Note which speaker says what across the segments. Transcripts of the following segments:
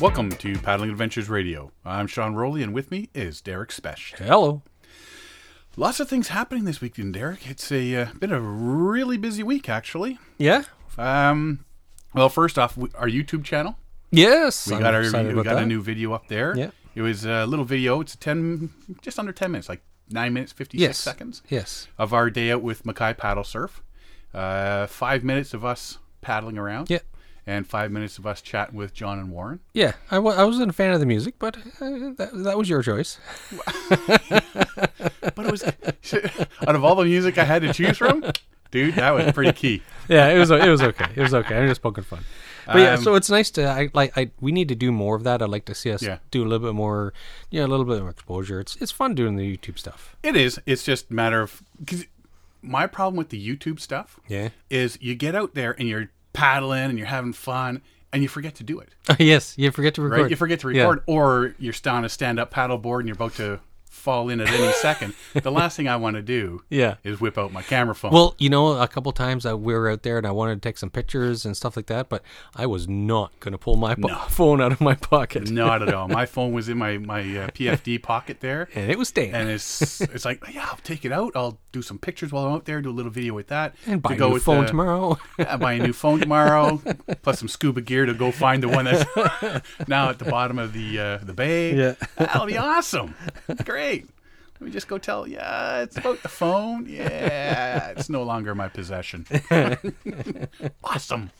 Speaker 1: Welcome to Paddling Adventures Radio. I'm Sean Rowley, and with me is Derek Spesh.
Speaker 2: Hello.
Speaker 1: Lots of things happening this weekend, Derek. It's a uh, been a really busy week, actually.
Speaker 2: Yeah.
Speaker 1: Um, well, first off, we- our YouTube channel.
Speaker 2: Yes.
Speaker 1: We
Speaker 2: I'm
Speaker 1: got our
Speaker 2: excited
Speaker 1: we
Speaker 2: about
Speaker 1: got a
Speaker 2: that.
Speaker 1: new video up there.
Speaker 2: Yeah.
Speaker 1: It was a little video. It's a ten, just under ten minutes, like nine minutes fifty six
Speaker 2: yes.
Speaker 1: seconds
Speaker 2: Yes.
Speaker 1: of our day out with Mackay paddle surf. Uh, five minutes of us paddling around.
Speaker 2: Yeah.
Speaker 1: And five minutes of us chatting with John and Warren.
Speaker 2: Yeah. I w- I wasn't a fan of the music, but uh, that, that was your choice.
Speaker 1: But it was out of all the music I had to choose from, dude, that was pretty key.
Speaker 2: Yeah. It was o- it was okay. It was okay. I'm just poking fun. But yeah,
Speaker 1: Um,
Speaker 2: so it's nice to I like I we need to do more of that. I'd like to see us
Speaker 1: Yeah.
Speaker 2: do a little bit more, you know, a little bit more exposure. It's it's fun doing the YouTube stuff.
Speaker 1: It is. It's just a matter of because my problem with the YouTube stuff
Speaker 2: Yeah.
Speaker 1: is you get out there and you're paddling and you're having fun and you forget to do it.
Speaker 2: yes, you forget to record.
Speaker 1: Right? You forget to
Speaker 2: Yeah.
Speaker 1: record, or you're still on a stand-up paddleboard and you're about to fall in at any second. The last thing I want to do
Speaker 2: Yeah.
Speaker 1: is whip out my camera phone.
Speaker 2: Well, you know, a couple times I, we were out there and I wanted to take some pictures and stuff like that, but I was not going to pull my po- phone out of my pocket.
Speaker 1: Not at all. My phone was in my my uh, PFD pocket there.
Speaker 2: And it was staying.
Speaker 1: and it's it's like yeah, I'll take it out. I'll do some pictures while I'm out there, do a little video with that,
Speaker 2: and buy
Speaker 1: to
Speaker 2: a
Speaker 1: go
Speaker 2: new
Speaker 1: with
Speaker 2: phone
Speaker 1: the-
Speaker 2: tomorrow.
Speaker 1: Yeah, buy a new phone tomorrow, plus some scuba gear to go find the one that's now at the bottom of the uh, the bay.
Speaker 2: Yeah.
Speaker 1: that'll be awesome. Great. Let me just go tell. Yeah, it's about the phone. Yeah, it's no longer my possession. awesome.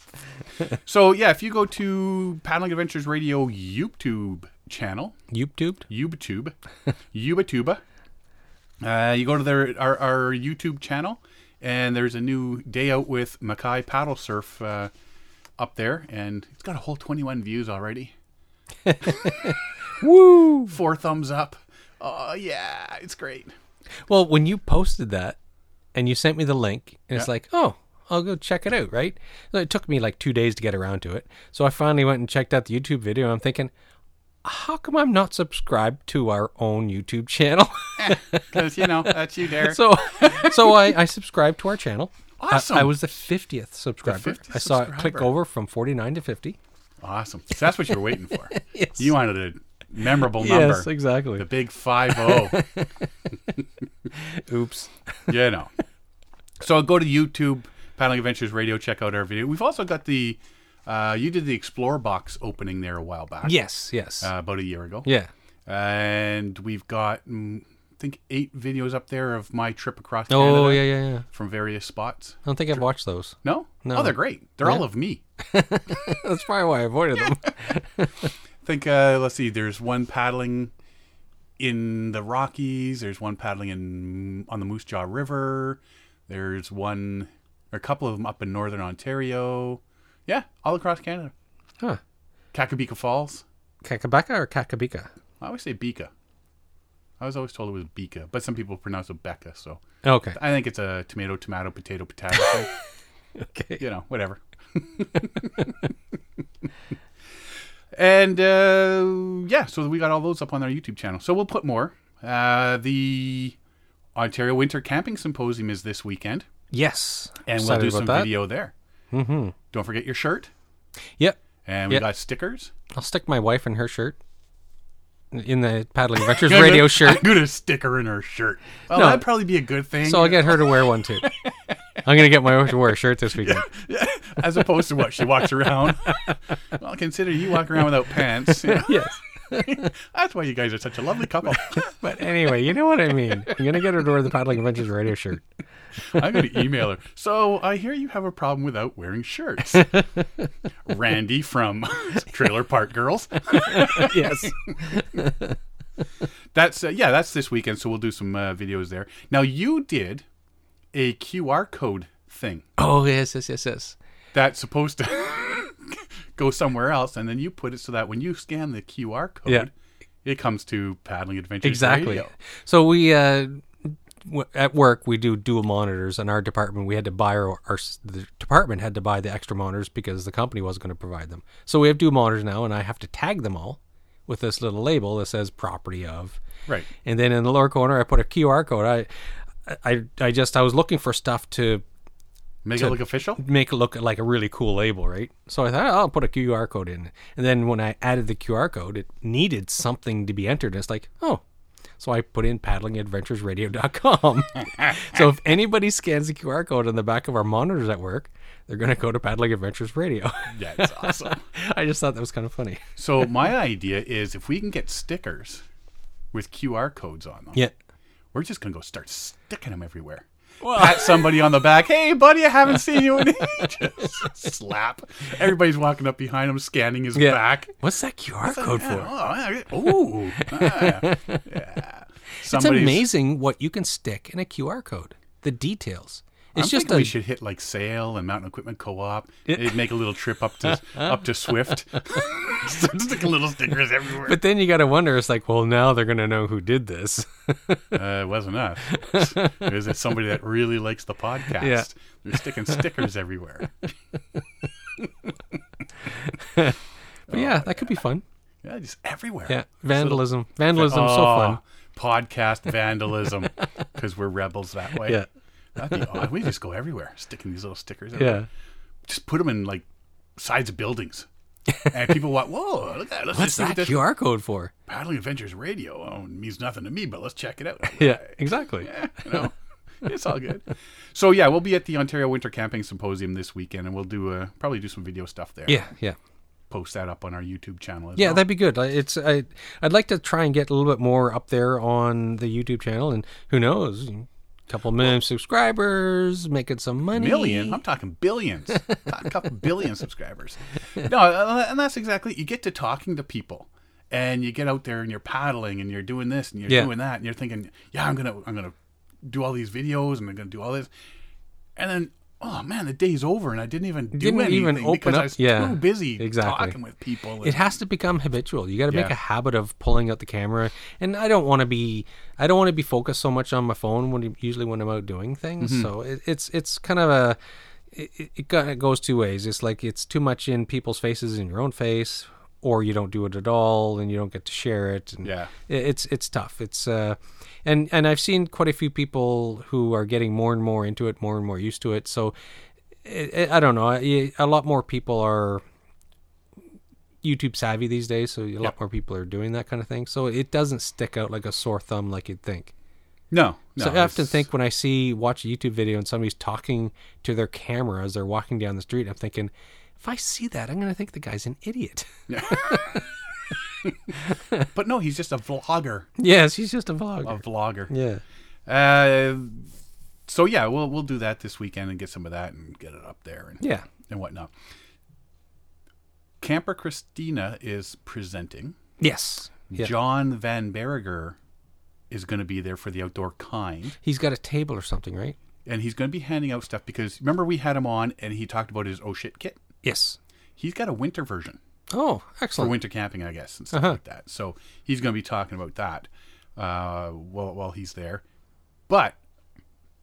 Speaker 1: So yeah, if you go to Paddling Adventures Radio YouTube channel,
Speaker 2: YouTube?
Speaker 1: YouTube, Yubatuba. Uh, you go to their our, our YouTube channel, and there's a new day out with Mackay paddle surf uh, up there, and it's got a whole 21 views already.
Speaker 2: Woo!
Speaker 1: Four thumbs up. Oh yeah, it's great.
Speaker 2: Well, when you posted that and you sent me the link, and it's
Speaker 1: Yeah.
Speaker 2: like, oh, I'll go check it out, right? So it took me like two days to get around to it. So I finally went and checked out the YouTube video, and I'm thinking, how come I'm not subscribed to our own YouTube channel?
Speaker 1: Because you know that's you, Derek.
Speaker 2: so so I, I subscribed to our channel. I-
Speaker 1: Awesome.
Speaker 2: I, was the 50th subscriber.
Speaker 1: 50th
Speaker 2: I saw it click
Speaker 1: subscriber.
Speaker 2: over from 49 to 50.
Speaker 1: awesome. So that's what you're waiting for.
Speaker 2: Yes.
Speaker 1: You wanted a memorable number.
Speaker 2: Yes, exactly.
Speaker 1: The big five oh. zero.
Speaker 2: Oops.
Speaker 1: Yeah, no. So go to YouTube, Paddling Adventures Radio. Check out our video. We've also got the. Uh, you did the Explore box opening there a while back.
Speaker 2: Yes, yes.
Speaker 1: Uh, about a year ago.
Speaker 2: yeah.
Speaker 1: And we've got, mm, I think, eight videos up there of my trip across Canada
Speaker 2: Oh, yeah, yeah, yeah.
Speaker 1: from various spots.
Speaker 2: I don't think I've watched those.
Speaker 1: No?
Speaker 2: No.
Speaker 1: Oh, they're great. They're all of me.
Speaker 2: That's probably why I avoided them.
Speaker 1: I think, uh, let's see, there's one paddling in the Rockies. There's one paddling in on the Moose Jaw River. There's one, or a couple of them up in northern Ontario. Yeah, all across Canada.
Speaker 2: Huh.
Speaker 1: Kakabika Falls.
Speaker 2: Kakabaka or Kakabika?
Speaker 1: I always say Bika. I was always told it was Bika, but some people pronounce it Becca. So
Speaker 2: Okay.
Speaker 1: I think it's a tomato, tomato, potato, potato thing.
Speaker 2: Okay.
Speaker 1: you know, whatever. and uh, yeah, so we got all those up on our YouTube channel. So we'll put more. Uh, the Ontario Winter Camping Symposium is this weekend,
Speaker 2: Yes.
Speaker 1: and
Speaker 2: Excited
Speaker 1: we'll do
Speaker 2: about
Speaker 1: some
Speaker 2: that.
Speaker 1: video there. Mm-hmm. Don't forget your shirt,
Speaker 2: Yep.
Speaker 1: and we
Speaker 2: Yeah.
Speaker 1: got stickers.
Speaker 2: I'll stick my wife in her shirt. In the Paddling Adventures radio shirt.
Speaker 1: I'm gonna sticker in her shirt. Well,
Speaker 2: No.
Speaker 1: that'd probably be a good thing,
Speaker 2: So I'll get her to wear one too. I'm going to get my wife to wear a shirt this weekend.
Speaker 1: as opposed to what she walks around. well, consider you walk around without pants. you know.
Speaker 2: Yes.
Speaker 1: That's why you guys are such a lovely couple.
Speaker 2: But anyway, you know what I mean. I'm gonna get her to wear the Paddling Adventures radio shirt.
Speaker 1: I'm going to email her. So I hear you have a problem without wearing shirts. Randy from Trailer Park Girls.
Speaker 2: yes.
Speaker 1: That's uh, yeah, that's this weekend. So we'll do some uh, videos there. Now you did a QR code thing
Speaker 2: Oh yes, yes, yes, yes.
Speaker 1: that's supposed to go somewhere else, and then you put it so that when you scan the QR code,
Speaker 2: Yeah.
Speaker 1: it comes to Paddling Adventures.
Speaker 2: Exactly.
Speaker 1: Radio.
Speaker 2: So we uh, w- at work we do dual monitors. In our department, we had to buy our, our s- the department had to buy the extra monitors because the company wasn't going to provide them. So we have dual monitors now, and I have to tag them all with this little label that says "property of."
Speaker 1: Right.
Speaker 2: And then in the lower corner, I put a QR code. I, I, I just I was looking for stuff to
Speaker 1: Make it look official.
Speaker 2: make it look like a really cool label, right? So I thought "Oh, I'll put a QR code in, and then when I added the QR code, it needed something to be entered. And it's like, oh, so I put in paddlingadventuresradio.com. so if anybody scans the QR code on the back of our monitors at work, they're going to go to Paddling Adventures Radio.
Speaker 1: Yeah, it's awesome.
Speaker 2: I just thought that was kind of funny.
Speaker 1: So my idea is if we can get stickers with QR codes on them,
Speaker 2: Yeah.
Speaker 1: we're just gonna go start sticking them everywhere. Pat somebody on the back. Hey, buddy, I haven't seen you in ages. Slap. Everybody's walking up behind him, scanning his
Speaker 2: Yeah.
Speaker 1: back.
Speaker 2: What's that QR code
Speaker 1: Oh,
Speaker 2: for?
Speaker 1: yeah, ooh, ah, yeah.
Speaker 2: It's
Speaker 1: Somebody's-
Speaker 2: amazing what you can stick in a QR code. The details. It's
Speaker 1: I'm
Speaker 2: just
Speaker 1: thinking
Speaker 2: a
Speaker 1: we should hit like Sale and Mountain Equipment Co-op. It'd make a little trip up to up to Swift. Stick little stickers everywhere.
Speaker 2: But then you got to wonder, it's like, well, now they're going to know who did this.
Speaker 1: Uh, it wasn't us. Is it somebody that really likes the podcast?
Speaker 2: Yeah.
Speaker 1: They're sticking stickers everywhere. Oh,
Speaker 2: But yeah, that could be fun.
Speaker 1: Yeah, just everywhere.
Speaker 2: Yeah, vandalism. Vandalism, so fun.
Speaker 1: Podcast vandalism because we're rebels that way.
Speaker 2: Yeah,
Speaker 1: That'd be odd. We just go everywhere, sticking these little stickers. Everywhere.
Speaker 2: yeah.
Speaker 1: Just put them in like sides of buildings. and people walk, whoa, look at that. Let's just
Speaker 2: What's
Speaker 1: see
Speaker 2: that
Speaker 1: what this
Speaker 2: QR code for?
Speaker 1: Paddling Adventures Radio. Oh, it means nothing to me, but let's check it out.
Speaker 2: Yeah, exactly.
Speaker 1: you know, it's all good. So yeah, we'll be at the Ontario Winter Camping Symposium this weekend, and we'll do a, probably do some video stuff there.
Speaker 2: Yeah, yeah,
Speaker 1: post that up on our YouTube channel. As
Speaker 2: yeah.
Speaker 1: well.
Speaker 2: That'd be good. I- It's I, I'd like to try and get a little bit more up there on the YouTube channel, and who knows, a couple million subscribers, making some money.
Speaker 1: million. I'm talking billions, a couple billion subscribers. No, uh, and that's exactly. You get to talking to people, and you get out there and you're paddling and you're doing this and you're
Speaker 2: Yeah.
Speaker 1: doing that, and you're thinking, yeah, I'm gonna I'm gonna do all these videos and I'm gonna do all this, and then. Oh man, the day's over, and I didn't even do
Speaker 2: Didn't
Speaker 1: anything
Speaker 2: even open
Speaker 1: because
Speaker 2: up-
Speaker 1: I was
Speaker 2: yeah,
Speaker 1: too busy
Speaker 2: exactly.
Speaker 1: talking with people. and-
Speaker 2: It has to become habitual. You got to make
Speaker 1: Yeah.
Speaker 2: a habit of pulling out the camera, and I don't want to be I don't want to be focused so much on my phone when usually when I'm out doing things. So it, it's it's kind of a it, it kind of goes two ways. It's like it's too much in people's faces in your own face, or you don't do it at all and you don't get to share it. And
Speaker 1: Yeah.
Speaker 2: i- it's it's tough. It's uh, and and I've seen quite a few people who are getting more and more into it, more and more used to it. So. I I- I don't know. I- A lot more people are YouTube savvy these days, so a lot more people are doing that kind of thing. So it doesn't stick out like a sore thumb like you'd think.
Speaker 1: No, no.
Speaker 2: So I often
Speaker 1: it's-
Speaker 2: think when I see watch a YouTube video and somebody's talking to their camera as they're walking down the street, I'm thinking, if I see that, I'm going to think the guy's an idiot.
Speaker 1: but no, he's just a vlogger.
Speaker 2: yes, he's just a vlogger.
Speaker 1: A vlogger.
Speaker 2: yeah.
Speaker 1: Uh, so yeah, we'll we'll do that this weekend and get some of that and get it up there and
Speaker 2: Yeah.
Speaker 1: and whatnot. Camper Christina is presenting.
Speaker 2: Yes. Yeah.
Speaker 1: John Van Berger is going to be there for the outdoor kind,
Speaker 2: He's got a table or something, right?
Speaker 1: and he's going to be handing out stuff because remember we had him on and he talked about his oh shit kit.
Speaker 2: Yes.
Speaker 1: He's got a winter version.
Speaker 2: Oh,
Speaker 1: for
Speaker 2: excellent.
Speaker 1: winter camping, I guess, and stuff
Speaker 2: Uh-huh.
Speaker 1: like that. So he's going to be talking about that uh, while, while he's there. But I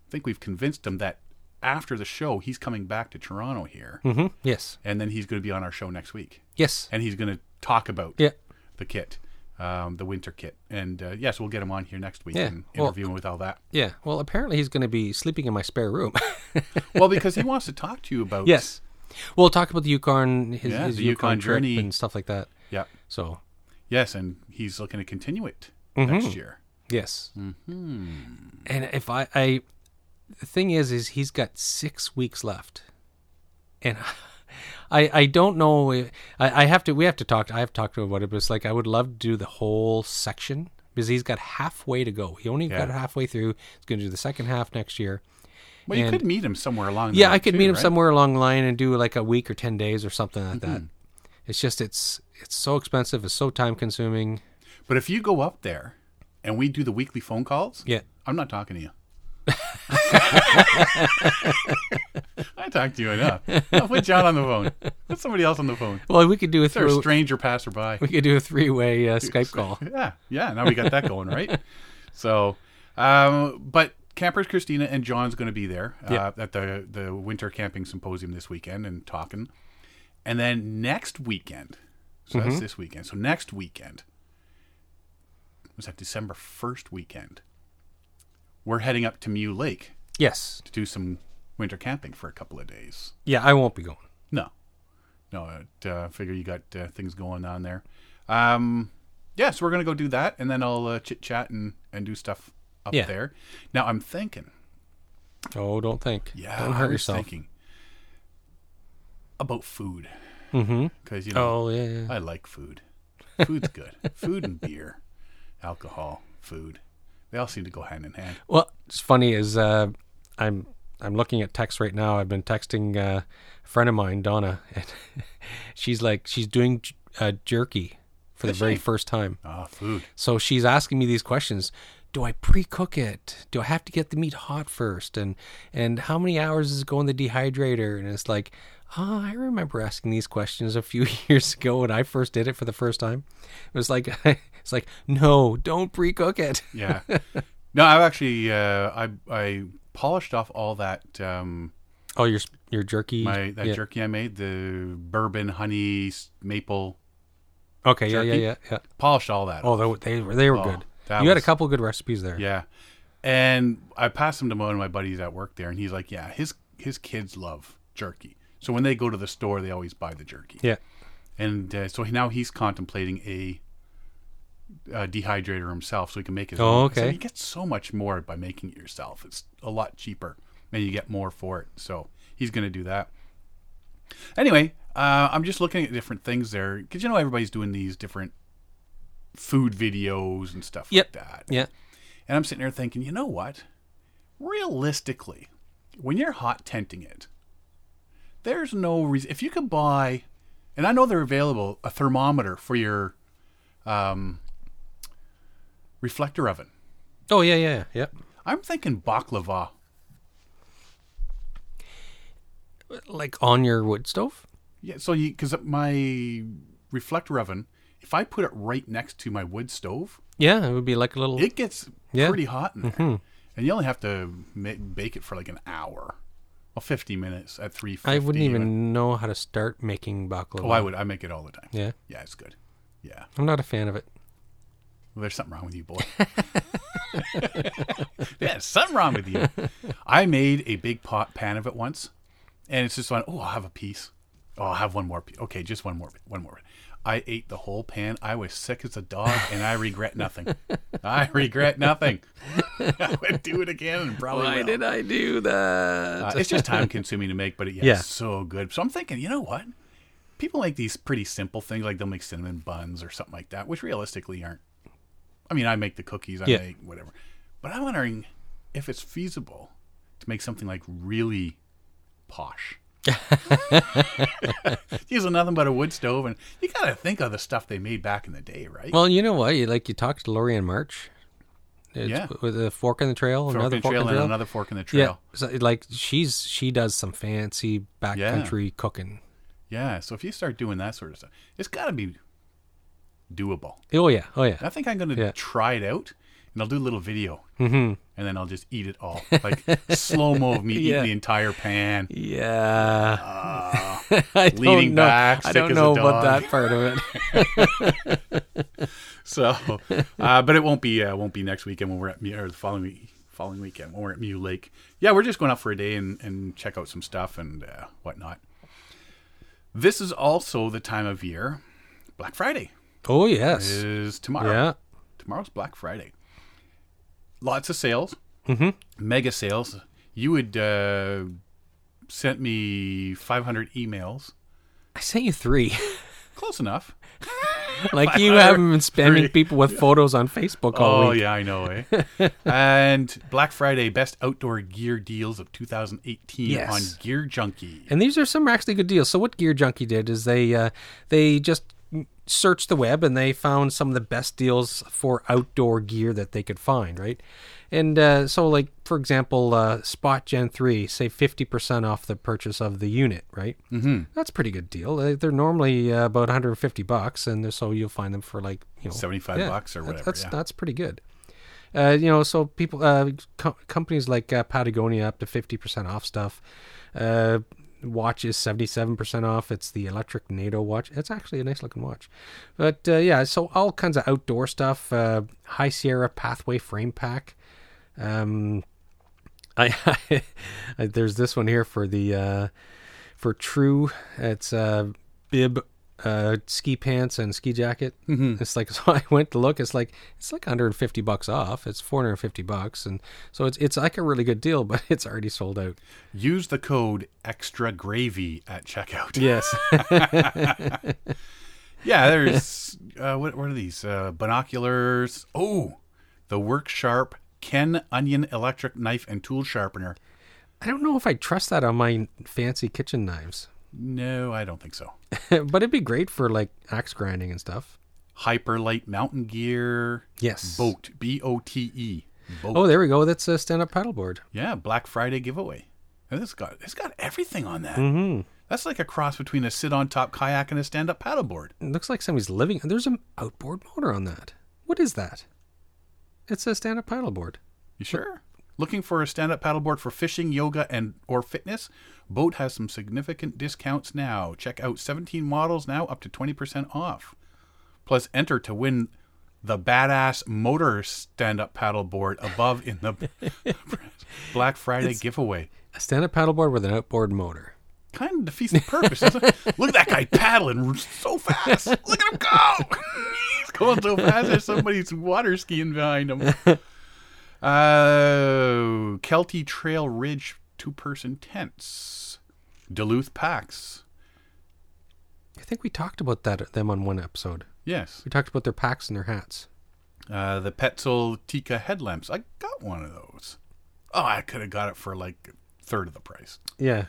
Speaker 1: think we've convinced him that after the show, he's coming back to Toronto here,
Speaker 2: hmm Yes.
Speaker 1: and then he's going to be on our show next week,
Speaker 2: Yes.
Speaker 1: and he's going to talk about
Speaker 2: Yeah.
Speaker 1: the kit, um, the winter kit, and uh, yes, we'll get him on here next week
Speaker 2: Yeah,
Speaker 1: and
Speaker 2: well-
Speaker 1: interview him with all that.
Speaker 2: Yeah. Well, apparently he's going to be sleeping in my spare room.
Speaker 1: Well, because he wants to talk to you about
Speaker 2: Yes. We'll talk about the Yukon, his,
Speaker 1: Yeah,
Speaker 2: his
Speaker 1: the
Speaker 2: Yukon,
Speaker 1: Yukon
Speaker 2: trip
Speaker 1: journey.
Speaker 2: and stuff like that.
Speaker 1: yeah,
Speaker 2: So,
Speaker 1: yes, and he's looking to continue it
Speaker 2: Mm-hmm.
Speaker 1: next year.
Speaker 2: yes. Mm-hmm. And if I, I, the thing is, is he's got six weeks left, and I, I don't know. I, I have to. We have to talk. I have talked to him about it, but it's like I would love to do the whole section because he's got halfway to go. He only got
Speaker 1: Yeah.
Speaker 2: halfway through. He's going to do the second half next year.
Speaker 1: Well, you
Speaker 2: And-
Speaker 1: could meet him somewhere along. the
Speaker 2: Yeah,
Speaker 1: way
Speaker 2: I could
Speaker 1: too,
Speaker 2: meet him
Speaker 1: right?
Speaker 2: somewhere along the line and do like a week or ten days or something like that.
Speaker 1: Mm-hmm.
Speaker 2: It's just it's it's so expensive, it's so time consuming.
Speaker 1: But if you go up there and we do the weekly phone calls,
Speaker 2: Yeah.
Speaker 1: I'm not talking to you. I talked to you enough. I'll put John on the phone. Put somebody else on the phone.
Speaker 2: Well, we could do a
Speaker 1: Or a
Speaker 2: three
Speaker 1: stranger passerby.
Speaker 2: we could do a three way uh, Skype call.
Speaker 1: Yeah, yeah. Now we got that going, right? So, um, but campers Christina and John's going to be there uh,
Speaker 2: Yeah.
Speaker 1: at the the winter camping symposium this weekend and talking, and then next weekend. So that's this weekend. So next weekend was that December first weekend. We're heading up to Mew Lake
Speaker 2: Yes,
Speaker 1: to do some winter camping for a couple of days.
Speaker 2: Yeah, I won't be going.
Speaker 1: No, no. I uh, figure you got uh, things going on there. Um, yeah, so we're gonna go do that, and then I'll uh, chit chat and and do stuff up
Speaker 2: Yeah.
Speaker 1: there. Now I'm thinking.
Speaker 2: Oh, don't think.
Speaker 1: Yeah,
Speaker 2: don't
Speaker 1: I
Speaker 2: hurt
Speaker 1: was
Speaker 2: yourself.
Speaker 1: thinking about food
Speaker 2: Mm-hmm.
Speaker 1: because you know
Speaker 2: Oh yeah, yeah.
Speaker 1: I like food. Food's good. food and beer, alcohol, food. They all seem to go hand in hand.
Speaker 2: Well, it's funny is uh, I'm I'm looking at text right now. I've been texting uh, a friend of mine, Donna, and she's like she's doing j- uh, jerky for
Speaker 1: Is
Speaker 2: the very
Speaker 1: she?
Speaker 2: first time.
Speaker 1: Ah, food.
Speaker 2: So she's asking me these questions. Do I pre-cook it? Do I have to get the meat hot first? And and how many hours does it go in the dehydrator? And it's like, ah, I remember asking these questions a few years ago when I first did it for the first time. It was like it's like, no, don't pre-cook it.
Speaker 1: Yeah. no, I've actually uh, I I polished off all that um,
Speaker 2: Oh, your s- your jerky.
Speaker 1: my that
Speaker 2: yeah.
Speaker 1: jerky I made the bourbon honey s- maple
Speaker 2: Okay, yeah,
Speaker 1: jerky.
Speaker 2: yeah, yeah, yeah.
Speaker 1: polished all that.
Speaker 2: Oh, they, were- they were they were
Speaker 1: Oh,
Speaker 2: good.
Speaker 1: that
Speaker 2: You had a
Speaker 1: was-
Speaker 2: couple good recipes there.
Speaker 1: Yeah. And I passed them to one of my buddies at work there, and he's like, "Yeah, his his kids love jerky, so when they go to the store, they always buy the jerky."
Speaker 2: Yeah.
Speaker 1: And uh, so he- now he's contemplating a, uh dehydrator himself, so he can make his.
Speaker 2: Oh,
Speaker 1: own. I said,
Speaker 2: okay.
Speaker 1: you get so much more by making it yourself. It's a lot cheaper, and you get more for it. So he's going to do that. Anyway, uh, I'm just looking at different things there because you know everybody's doing these different food videos and stuff
Speaker 2: Yep.
Speaker 1: like that.
Speaker 2: Yeah.
Speaker 1: And I'm sitting there thinking, you know what? Realistically, when you're hot tenting it, there's no reason. If you could buy, and I know they're available, a thermometer for your um, reflector oven.
Speaker 2: Oh yeah, yeah, yeah.
Speaker 1: I'm thinking baklava.
Speaker 2: yeah. Like on your wood stove.
Speaker 1: Yeah, so you because my reflector oven, if I put it right next to my wood stove,
Speaker 2: Yeah, it would be like a little.
Speaker 1: it gets
Speaker 2: Yeah. Mm-hmm.
Speaker 1: pretty hot in there, and you only have to ma- bake it for like an hour, well, 50 minutes at 350.
Speaker 2: I wouldn't even know how to start making baklava.
Speaker 1: Oh, I would. I make it all the time.
Speaker 2: Yeah,
Speaker 1: Yeah, it's good. Yeah.
Speaker 2: I'm not a fan of it.
Speaker 1: Well, there's something wrong with you, boy. yeah, something wrong with you. I made a big pot pan of it once, and it's just one. Oh, I'll have a piece. Oh, I'll have one more. Piece. Okay, just one more. bit, One more. bit." I ate the whole pan. I was sick as a dog, and I regret nothing. I regret nothing. I would do it again, and probably will.
Speaker 2: I do that?
Speaker 1: Uh, it's just time consuming to make, but it, yeah,
Speaker 2: Yeah.
Speaker 1: it's so good. So I'm thinking, you know what? People make these pretty simple things, like they'll make cinnamon buns or something like that, which realistically aren't. I mean, I make the cookies, I
Speaker 2: Yeah.
Speaker 1: make whatever, but I'm wondering if it's feasible to make something like really posh. Using nothing but a wood stove, and you got to think of the stuff they made back in the day, right?
Speaker 2: well, you know what? You like you talked to Lori in March. It's
Speaker 1: Yeah.
Speaker 2: With a fork in the trail,
Speaker 1: fork in
Speaker 2: another
Speaker 1: the trail
Speaker 2: fork in the
Speaker 1: and
Speaker 2: trail.
Speaker 1: another fork in the
Speaker 2: yeah,
Speaker 1: trail.
Speaker 2: so, like she's she does some fancy backcountry cooking.
Speaker 1: yeah. So if you start doing that sort of stuff, it's got to be doable.
Speaker 2: Oh yeah, oh yeah.
Speaker 1: I think I'm going to
Speaker 2: Yeah.
Speaker 1: try it out, and I'll do a little video, mm-hmm. and then I'll just eat it all, like slow mo of me
Speaker 2: Yeah.
Speaker 1: eating the entire pan.
Speaker 2: Yeah. I don't
Speaker 1: leaning
Speaker 2: know.
Speaker 1: Ah, back,
Speaker 2: I
Speaker 1: sick
Speaker 2: don't
Speaker 1: as a
Speaker 2: know about
Speaker 1: dog.
Speaker 2: that part of it.
Speaker 1: So, uh, but it won't be uh, won't be next weekend when we're at Mew- or the following week, following weekend when we're at Mew Lake. Yeah, we're just going out for a day and and check out some stuff and uh, whatnot. This is also the time of year. Black Friday
Speaker 2: oh yes.
Speaker 1: is tomorrow.
Speaker 2: Yeah.
Speaker 1: Tomorrow's Black Friday. Lots of sales. Mm-hmm. Mega sales. You had uh, sent me 500 emails.
Speaker 2: I sent you three.
Speaker 1: Close enough.
Speaker 2: like you haven't been spamming people with photos on Facebook all
Speaker 1: Oh,
Speaker 2: week.
Speaker 1: yeah, I know, eh? and Black Friday best outdoor gear deals of 2018
Speaker 2: Yes.
Speaker 1: on Gear Junkie.
Speaker 2: And these are some actually good deals. So what Gear Junkie did is they uh, they just searched the web and they found some of the best deals for outdoor gear that they could find, right? And uh, so like for example, uh, Spot Gen three say fifty percent off the purchase of the unit, right? Mm-hmm. That's a pretty good deal. They- They're normally uh, about one hundred and fifty bucks, and they're- so you'll find them for like you know
Speaker 1: 75 bucks or
Speaker 2: that-
Speaker 1: whatever,
Speaker 2: That's
Speaker 1: yeah.
Speaker 2: that's pretty good. Uh, you know, so people, uh, co- companies like uh, Patagonia up to fifty percent off stuff. Uh, watch is seventy-seven percent off. It's the electric NATO watch. It's actually a nice looking watch, but uh, yeah, so all kinds of outdoor stuff. Uh, High Sierra Pathway Frame Pack. Um, I, I there's this one here for the uh, for true. It's uh, bib, uh, ski pants, and ski jacket. Mm-hmm. It's like so. I went to look. It's like it's like 150 bucks off. It's 450 bucks, and so it's it's like a really good deal, but it's already sold out.
Speaker 1: Use the code extra gravy at checkout.
Speaker 2: Yes.
Speaker 1: Yeah, there's uh, what, what are these uh, binoculars? Oh, the Work Sharp Ken Onion Electric Knife and Tool Sharpener.
Speaker 2: I don't know if I trust that on my fancy kitchen knives,
Speaker 1: No, I don't think so.
Speaker 2: but it'd be great for like axe grinding and stuff.
Speaker 1: Hyperlight Mountain Gear
Speaker 2: Yes.
Speaker 1: Boat B O T E. Boat.
Speaker 2: Oh, there we go. That's a stand-up paddleboard.
Speaker 1: Yeah, Black Friday giveaway. And it's got it's got everything on that.
Speaker 2: Mm-hmm.
Speaker 1: That's like a cross between a sit on top kayak and a stand up paddleboard.
Speaker 2: It looks like somebody's living. There's an outboard motor on that. What is that? It's a stand-up paddleboard.
Speaker 1: You sure? Looking for a stand up paddleboard for fishing, yoga, and or fitness? Boat has some significant discounts now. Check out 17 models now, up to 20% off. Plus, enter to win the badass motor stand up paddleboard above in the Black Friday giveaway.
Speaker 2: A stand-up paddleboard with an outboard motor.
Speaker 1: Kind of defeats the purpose. doesn't it? Look at that guy paddling so fast. Look at him go. He's going so fast. There's somebody's water skiing behind him. Oh, Kelty Trail Ridge two person tents, Duluth packs.
Speaker 2: I think we talked about that them on one episode.
Speaker 1: Yes,
Speaker 2: We talked about their packs and their hats.
Speaker 1: uh, the Petzl Tika headlamps. I got one of those. Oh, I could have got it for like a third of the price.
Speaker 2: Yeah,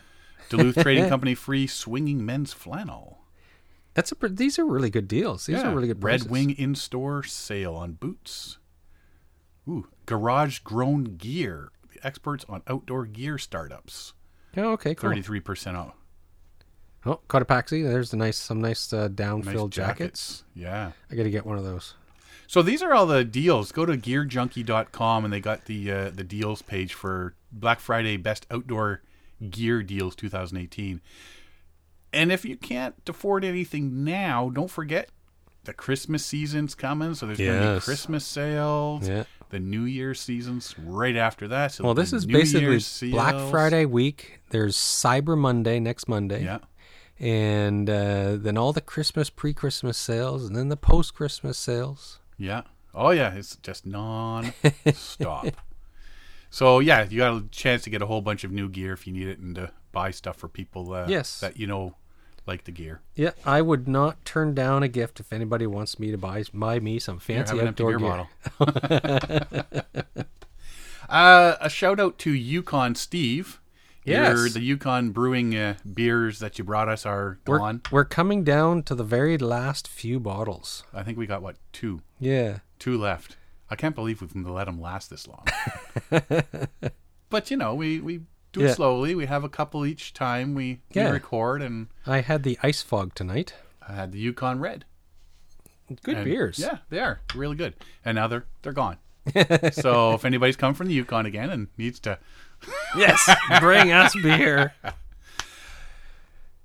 Speaker 1: Duluth Trading Company free swinging men's flannel.
Speaker 2: that's a. pr- These are really good deals. These are really good. Prices.
Speaker 1: Red Wing in store sale on boots. Ooh, garage grown gear. The experts on outdoor gear startups.
Speaker 2: Oh, okay, cool.
Speaker 1: Thirty three percent off.
Speaker 2: Oh, Cotopaxi. There's the nice, some nice uh,
Speaker 1: Nice
Speaker 2: downfill jackets.
Speaker 1: jackets. Yeah.
Speaker 2: I got to get one of those.
Speaker 1: So these are all the deals. Go to gearjunkie.com and they got the uh, the deals page for Black Friday best outdoor gear deals 2018. And if you can't afford anything now, don't forget the Christmas season's coming, so there's going to be
Speaker 2: Yes.
Speaker 1: Christmas sales.
Speaker 2: Yeah.
Speaker 1: The New Year season's right after that. So
Speaker 2: Well, this
Speaker 1: the
Speaker 2: is
Speaker 1: New
Speaker 2: basically
Speaker 1: Year's sales-
Speaker 2: Black Friday week. There's Cyber Monday next Monday.
Speaker 1: Yeah.
Speaker 2: and uh, then all the Christmas pre-Christmas sales, and then the post-Christmas sales.
Speaker 1: Yeah. Oh yeah, it's just non-stop. so yeah, you got a chance to get a whole bunch of new gear if you need it, and to buy stuff for people uh,
Speaker 2: Yes.
Speaker 1: that you know like the gear.
Speaker 2: Yeah, I would not turn down a gift if anybody wants me to buy buy me some fancy
Speaker 1: have an empty
Speaker 2: outdoor
Speaker 1: beer
Speaker 2: gear.
Speaker 1: bottle. uh, a shout out to Yukon Steve.
Speaker 2: Yes.
Speaker 1: Your- the Yukon Brewing uh, beers that you brought us are
Speaker 2: We're,
Speaker 1: gone.
Speaker 2: we're coming down to the very last few bottles.
Speaker 1: I think we got what two,
Speaker 2: Yeah,
Speaker 1: two left. I can't believe we've let them last this long. but you know, we we do
Speaker 2: Yeah.
Speaker 1: it slowly. We have a couple each time we,
Speaker 2: Yeah.
Speaker 1: we record, and
Speaker 2: I had the ice fog tonight.
Speaker 1: I had the Yukon Red.
Speaker 2: Good
Speaker 1: And-
Speaker 2: beers.
Speaker 1: Yeah, they are really good. And now they're they're gone. so if anybody's come from the Yukon again and needs to
Speaker 2: Yes, bring us beer.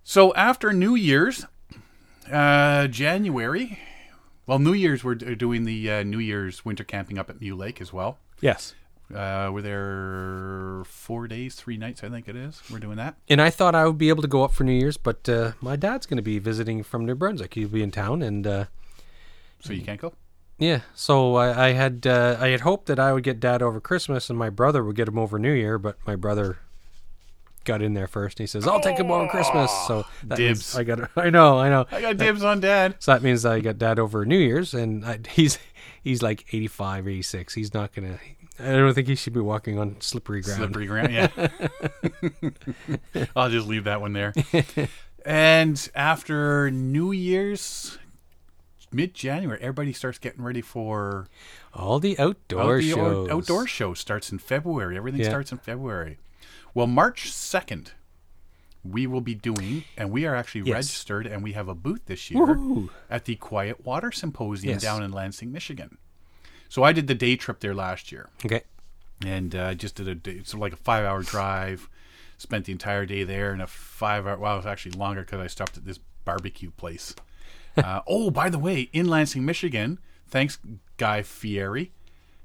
Speaker 1: So after New Year's, uh, January, well, New Year's we're d- doing the uh, New Year's winter camping up at Mew Lake as well.
Speaker 2: Yes.
Speaker 1: Uh, we're there four days, three nights, I think it is. We're doing that.
Speaker 2: And I thought I would be able to go up for New Year's, but uh, my dad's going to be visiting from New Brunswick. He'll be in town, and uh,
Speaker 1: So
Speaker 2: Mm-hmm.
Speaker 1: you can't go.
Speaker 2: Yeah, so I, I had uh, I had hoped that I would get Dad over Christmas and my brother would get him over New Year, but my brother got in there first and he says, "I'll take him over Christmas." So that means
Speaker 1: Dibs.
Speaker 2: I got I know I know.
Speaker 1: I got dibs on dad.
Speaker 2: So that means I got Dad over New Year's, and I, he's he's like 85, 86. He's not gonna. I don't think he should be walking on slippery ground.
Speaker 1: Slippery ground, yeah. I'll just leave that one there. and after New Year's, mid January, everybody starts getting ready for
Speaker 2: All the
Speaker 1: Out-
Speaker 2: outdoor
Speaker 1: the out-
Speaker 2: shows.
Speaker 1: outdoor show starts in February. Everything
Speaker 2: Yeah.
Speaker 1: starts in February. Well, March 2nd, we will be doing, and we are actually
Speaker 2: Yes.
Speaker 1: registered, and we have a booth this year
Speaker 2: Woohoo.
Speaker 1: at the Quiet Water Symposium
Speaker 2: Yes.
Speaker 1: down in Lansing, Michigan. So I did the day trip there last year,
Speaker 2: Okay.
Speaker 1: and uh, just did a day, it's like a five hour drive. Spent the entire day there, and a five hour. Well, it was actually longer because I stopped at this barbecue place. uh, oh, by the way, in Lansing, Michigan, thanks Guy Fieri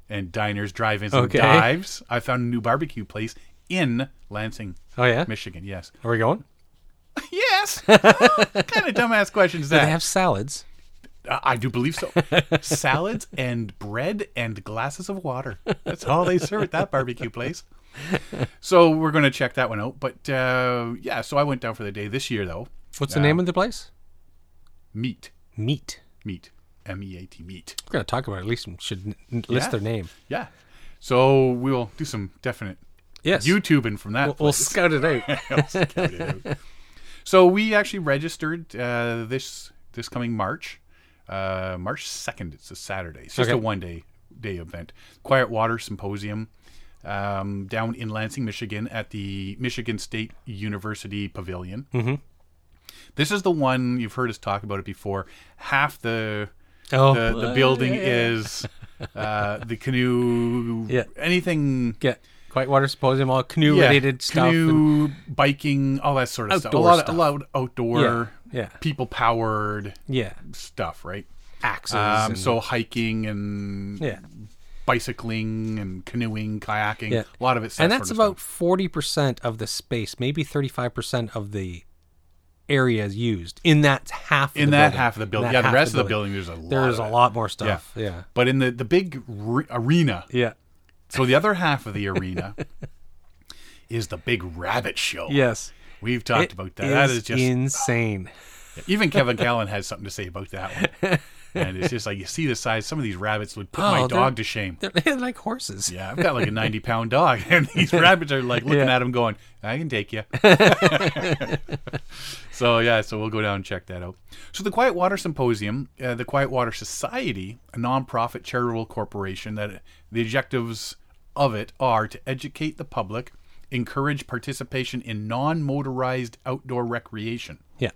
Speaker 1: and diners, drive-ins, and
Speaker 2: Okay.
Speaker 1: dives. I found a new barbecue place in Lansing,
Speaker 2: Oh yeah,
Speaker 1: Michigan. Yes,
Speaker 2: are we going?
Speaker 1: yes. kind of dumbass questions
Speaker 2: They
Speaker 1: that
Speaker 2: have salads.
Speaker 1: Uh, I do believe so. Salads and bread and glasses of water. That's all they serve at that barbecue place. So we're going to check that one out. But uh, yeah, so I went down for the day this year though.
Speaker 2: What's the name of the place?
Speaker 1: Meat,
Speaker 2: Meat.
Speaker 1: meat, M E A T, meat.
Speaker 2: We're gonna talk about it. at least we should n- n- list
Speaker 1: Yeah.
Speaker 2: their name.
Speaker 1: Yeah. So we'll do some definite
Speaker 2: Yes,
Speaker 1: YouTubing from that.
Speaker 2: We'll, we'll scout it out.
Speaker 1: place. so we actually registered uh, this this coming March, uh, March second. It's a Saturday. It's just a
Speaker 2: Okay.
Speaker 1: one day day event. Quiet Water Symposium um, down in Lansing, Michigan, at the Michigan State University Pavilion. Mm-hmm. This is the one you've heard us talk about it before. Half the
Speaker 2: oh,
Speaker 1: the, the building is uh, the canoe.
Speaker 2: Yeah.
Speaker 1: Anything
Speaker 2: Yeah, Quiet Water Symposium, all canoe related stuff. and-
Speaker 1: Canoe, biking, all that sort of stuff. A
Speaker 2: Outdoor
Speaker 1: lot of,
Speaker 2: stuff.
Speaker 1: a lot of outdoor,
Speaker 2: Yeah, yeah.
Speaker 1: people powered
Speaker 2: yeah,
Speaker 1: stuff, right?
Speaker 2: axes.
Speaker 1: Um,
Speaker 2: and-
Speaker 1: so hiking and
Speaker 2: Mm-hmm. yeah,
Speaker 1: bicycling and canoeing, kayaking,
Speaker 2: Yeah.
Speaker 1: a lot of it's that
Speaker 2: and that's
Speaker 1: sort of
Speaker 2: about
Speaker 1: stuff.
Speaker 2: forty percent of the space, maybe thirty-five percent of the areas used in that half. Of
Speaker 1: in
Speaker 2: the
Speaker 1: that
Speaker 2: building.
Speaker 1: half of the
Speaker 2: In
Speaker 1: building.
Speaker 2: that
Speaker 1: Yeah, the
Speaker 2: half
Speaker 1: rest of the building, there's a lot.
Speaker 2: There's
Speaker 1: of
Speaker 2: a
Speaker 1: it.
Speaker 2: lot more stuff. Yeah,
Speaker 1: But in the the big re- arena,
Speaker 2: yeah.
Speaker 1: so the other half of the arena is the big rabbit show.
Speaker 2: Yes.
Speaker 1: We've talked
Speaker 2: It
Speaker 1: about that. That is just
Speaker 2: insane.
Speaker 1: Even Kevin Callan has something to say about that one. And it's just like you see the size. Some of these rabbits would put my
Speaker 2: Oh, they're-
Speaker 1: dog to shame.
Speaker 2: They're, they're like horses.
Speaker 1: Yeah, I've got like a ninety-pound dog, and these rabbits are like looking
Speaker 2: Yeah.
Speaker 1: at him, going, "I can take you." so yeah, so we'll go down and check that out. So the Quiet Water Symposium, uh, the Quiet Water Society, a nonprofit charitable corporation that the objectives of it are to educate the public, encourage participation in non-motorized outdoor recreation
Speaker 2: Yeah.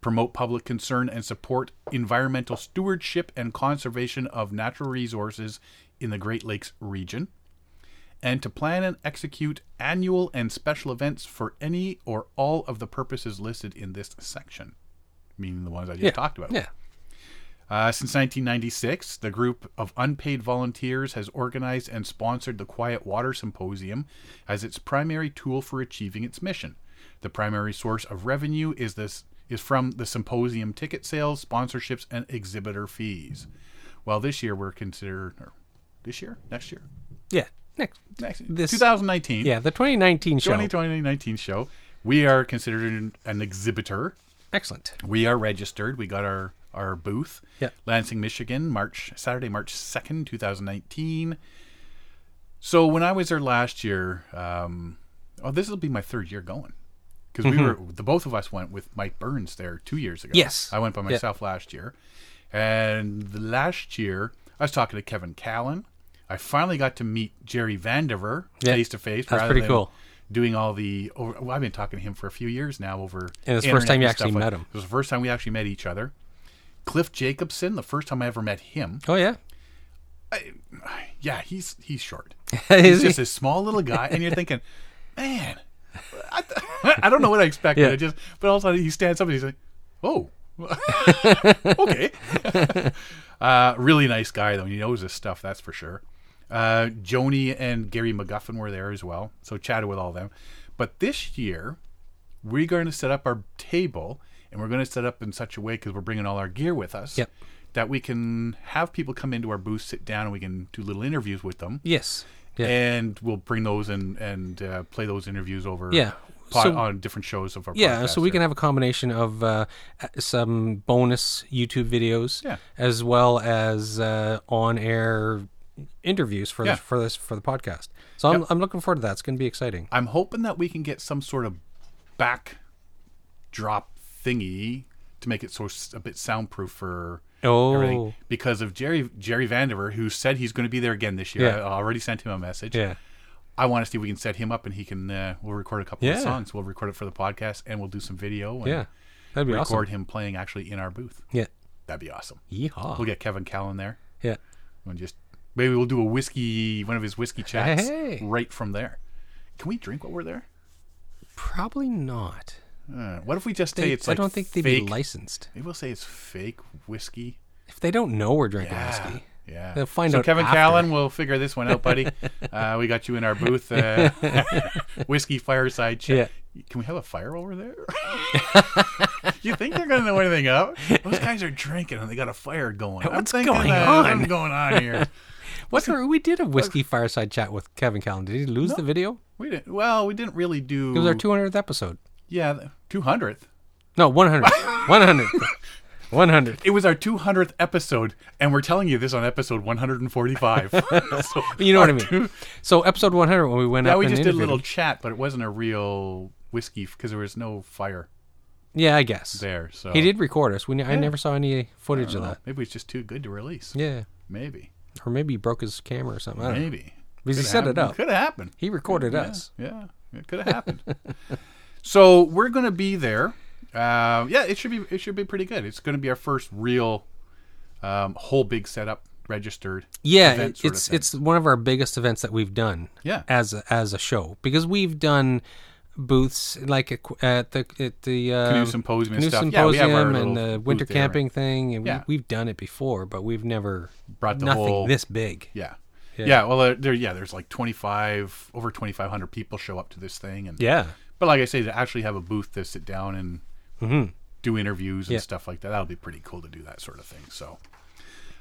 Speaker 1: promote public concern and support environmental stewardship and conservation of natural resources in the Great Lakes region, and to plan and execute annual and special events for any or all of the purposes listed in this section, meaning the ones I just
Speaker 2: Yeah.
Speaker 1: talked about.
Speaker 2: Yeah.
Speaker 1: Uh, since 1996, the group of unpaid volunteers has organized and sponsored the Quiet Water Symposium as its primary tool for achieving its mission. The primary source of revenue is this is from the symposium ticket sales, sponsorships, and exhibitor fees. Well, this year we're considered, or this year, next year,
Speaker 2: Yeah. Next.
Speaker 1: next
Speaker 2: This-
Speaker 1: 2019,
Speaker 2: Yeah. The 2019 show.
Speaker 1: 2019 show, we are considered an exhibitor
Speaker 2: Excellent.
Speaker 1: we are registered. We got our our booth.
Speaker 2: Yeah.
Speaker 1: Lansing, Michigan, March Saturday, March second, two thousand nineteen. So when I was there last year, um, oh, this will be my third year going because we were the both of us went with Mike Burns there two years ago.
Speaker 2: Mm-hmm. Yes.
Speaker 1: I went by myself last year, and the last year I was talking to Kevin Callan. I finally got to meet Jerry Vandiver
Speaker 2: Yeah.
Speaker 1: face to face.
Speaker 2: That's
Speaker 1: rather
Speaker 2: pretty
Speaker 1: than
Speaker 2: cool.
Speaker 1: Doing all the, over, well, I've been talking to him for a few years now over
Speaker 2: And it's the
Speaker 1: internet
Speaker 2: first time you
Speaker 1: and stuff
Speaker 2: actually
Speaker 1: like-
Speaker 2: met him.
Speaker 1: It was the first time we actually met each other. Cliff Jacobson, the first time I ever met him.
Speaker 2: Oh yeah.
Speaker 1: Yeah, he's he's short.
Speaker 2: Is
Speaker 1: He's
Speaker 2: he?
Speaker 1: just this small little guy, and you're thinking, man, I, th- I don't know what I expected.
Speaker 2: Yeah.
Speaker 1: I just, but all of a sudden he stands up and he's like, oh, okay. uh, really nice guy though. He knows his stuff, that's for sure. Uh, Joni and Gary McGuffin were there as well, so chatted with all of them. But this year, we're going to set up our table and we're going to set up in such a way because we're bringing all our gear with us
Speaker 2: Yep.
Speaker 1: that we can have people come into our booth, sit down, and we can do little interviews with them.
Speaker 2: Yes. Yeah.
Speaker 1: And we'll bring those and and uh, play those interviews over
Speaker 2: Yeah.
Speaker 1: pod-
Speaker 2: So-
Speaker 1: on different shows of our
Speaker 2: yeah,
Speaker 1: podcast
Speaker 2: so we
Speaker 1: there.
Speaker 2: can have a combination of uh, some bonus YouTube videos,
Speaker 1: Yeah.
Speaker 2: as well as uh, on-air interviews for
Speaker 1: Yeah.
Speaker 2: the, for this for the podcast. So I'm, I'm looking forward to that. It's going to be exciting.
Speaker 1: I'm hoping that we can get some sort of back drop thingy to make it so s- a bit soundproof for
Speaker 2: Oh,
Speaker 1: everything because of Jerry Jerry Vandiver who said he's going to be there again this year.
Speaker 2: Yeah.
Speaker 1: I already sent him a message.
Speaker 2: yeah,
Speaker 1: I want to see if we can set him up and he can uh, we'll record a couple of
Speaker 2: Yeah.
Speaker 1: songs. We'll record it for the podcast and we'll do some video and
Speaker 2: yeah, that'd be
Speaker 1: record him playing actually in our booth.
Speaker 2: awesome. Yeah,
Speaker 1: That'd be awesome.
Speaker 2: yeehaw.
Speaker 1: We'll get Kevin Callan there.
Speaker 2: Yeah,
Speaker 1: And just maybe we'll do a whiskey, one of his whiskey chats,
Speaker 2: Hey.
Speaker 1: right from there. Can we drink while we're there?
Speaker 2: probably not.
Speaker 1: Uh, what if we just say
Speaker 2: They-
Speaker 1: it's
Speaker 2: I
Speaker 1: like
Speaker 2: don't think they'd
Speaker 1: fake?
Speaker 2: be licensed
Speaker 1: maybe we'll say it's fake whiskey.
Speaker 2: if they don't know we're drinking
Speaker 1: Yeah,
Speaker 2: whiskey.
Speaker 1: Yeah.
Speaker 2: They'll find
Speaker 1: so
Speaker 2: out
Speaker 1: Kevin
Speaker 2: after.
Speaker 1: Callan, we'll figure this one out, buddy. uh, we got you in our booth. Uh, whiskey fireside chat. Can we have a fire over there? you think they're going to know anything up? Those guys are drinking and they got a fire going. I'm
Speaker 2: What's
Speaker 1: thinking,
Speaker 2: going
Speaker 1: uh,
Speaker 2: on?
Speaker 1: What's going on here?
Speaker 2: What's the, we did a whiskey fireside chat with Kevin Callan. Did he lose the video?
Speaker 1: we didn't. Well, we didn't really do.
Speaker 2: It was our 200th episode.
Speaker 1: Yeah, two hundredth.
Speaker 2: No, 100. 100. 100.
Speaker 1: It was our two hundredth episode, and we're telling you this on episode one hundred and forty-five. so,
Speaker 2: You know what I mean. So episode 100 when we went
Speaker 1: yeah,
Speaker 2: up
Speaker 1: we
Speaker 2: and
Speaker 1: just did a
Speaker 2: interviewed
Speaker 1: little
Speaker 2: him.
Speaker 1: chat, but it wasn't a real whiskey because there was no fire
Speaker 2: Yeah, I guess.
Speaker 1: there. So
Speaker 2: He did record us. We, ne- I never saw any footage of that.
Speaker 1: Maybe it's just too good to release.
Speaker 2: Yeah.
Speaker 1: Maybe.
Speaker 2: Or maybe he broke his camera or something. I don't know.
Speaker 1: Maybe.
Speaker 2: Because he set it up.
Speaker 1: Could have happened.
Speaker 2: He recorded us.
Speaker 1: Yeah, it could have happened. so we're going to be there. Uh, yeah, it should be. It should be pretty good. It's going to be our first real, um, whole big setup, registered.
Speaker 2: Yeah,
Speaker 1: event
Speaker 2: it-
Speaker 1: sort of
Speaker 2: it's
Speaker 1: thing.
Speaker 2: it's one of our biggest events that we've done.
Speaker 1: Yeah.
Speaker 2: As a, as a show because we've done booths like at, qu- at the at the um,
Speaker 1: Canoe symposium and
Speaker 2: Canoe
Speaker 1: stuff. Yeah, we have our
Speaker 2: Symposium
Speaker 1: little
Speaker 2: and the
Speaker 1: booth
Speaker 2: winter
Speaker 1: there, right?
Speaker 2: camping thing and
Speaker 1: Yeah.
Speaker 2: we, we've done it before but we've never
Speaker 1: Brought the
Speaker 2: nothing
Speaker 1: whole-
Speaker 2: this big.
Speaker 1: Yeah. Yeah. well, there, there. Yeah, there's like 25, over 2,500 people show up to this thing, and
Speaker 2: Yeah.
Speaker 1: But like I say, to actually have a booth to sit down and do interviews and
Speaker 2: Mm-hmm. Yeah.
Speaker 1: stuff like that, that'll be pretty cool to do that sort of thing. So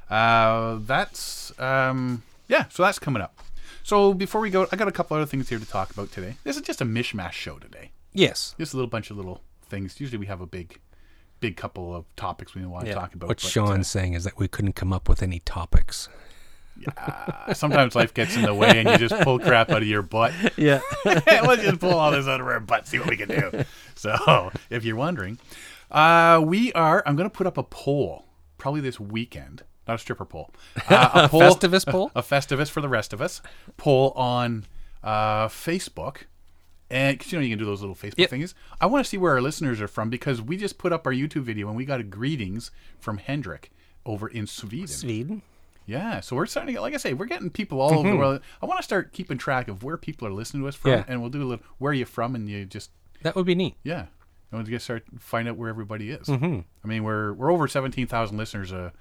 Speaker 1: uh, that's um, yeah, so that's coming up. So before we go, I got a couple other things here to talk about today. This is just a mishmash show today.
Speaker 2: Yes.
Speaker 1: Just a little bunch of little things. Usually we have a big, big couple of topics we want to talk about.
Speaker 2: what
Speaker 1: but,
Speaker 2: Sean's saying is that we couldn't come up with any topics.
Speaker 1: uh, sometimes life gets in the way, and you just pull crap out of your butt.
Speaker 2: Yeah.
Speaker 1: Let's just pull all this out of our butt, see what we can do. So, if you're wondering, uh, we are. I'm going to put up a poll probably this weekend. Not a stripper poll. Uh, a poll,
Speaker 2: Festivus poll?
Speaker 1: A, Festivus for the rest of us. Poll on uh, Facebook. And 'cause, you know you can do those little Facebook
Speaker 2: Yep.
Speaker 1: things. I want to see where our listeners are from because we just put up our YouTube video and we got a greetings from Hendrik over in Sweden.
Speaker 2: Sweden.
Speaker 1: Yeah, so we're starting to get, like I say, we're getting people all over the world. I want to start keeping track of where people are listening to us from,
Speaker 2: Mm-hmm. Yeah.
Speaker 1: and we'll do a little where are you from, and you just
Speaker 2: That would be neat.
Speaker 1: yeah, and we'll just start find out where everybody is. Mm-hmm. I mean, we're we're over seventeen thousand listeners a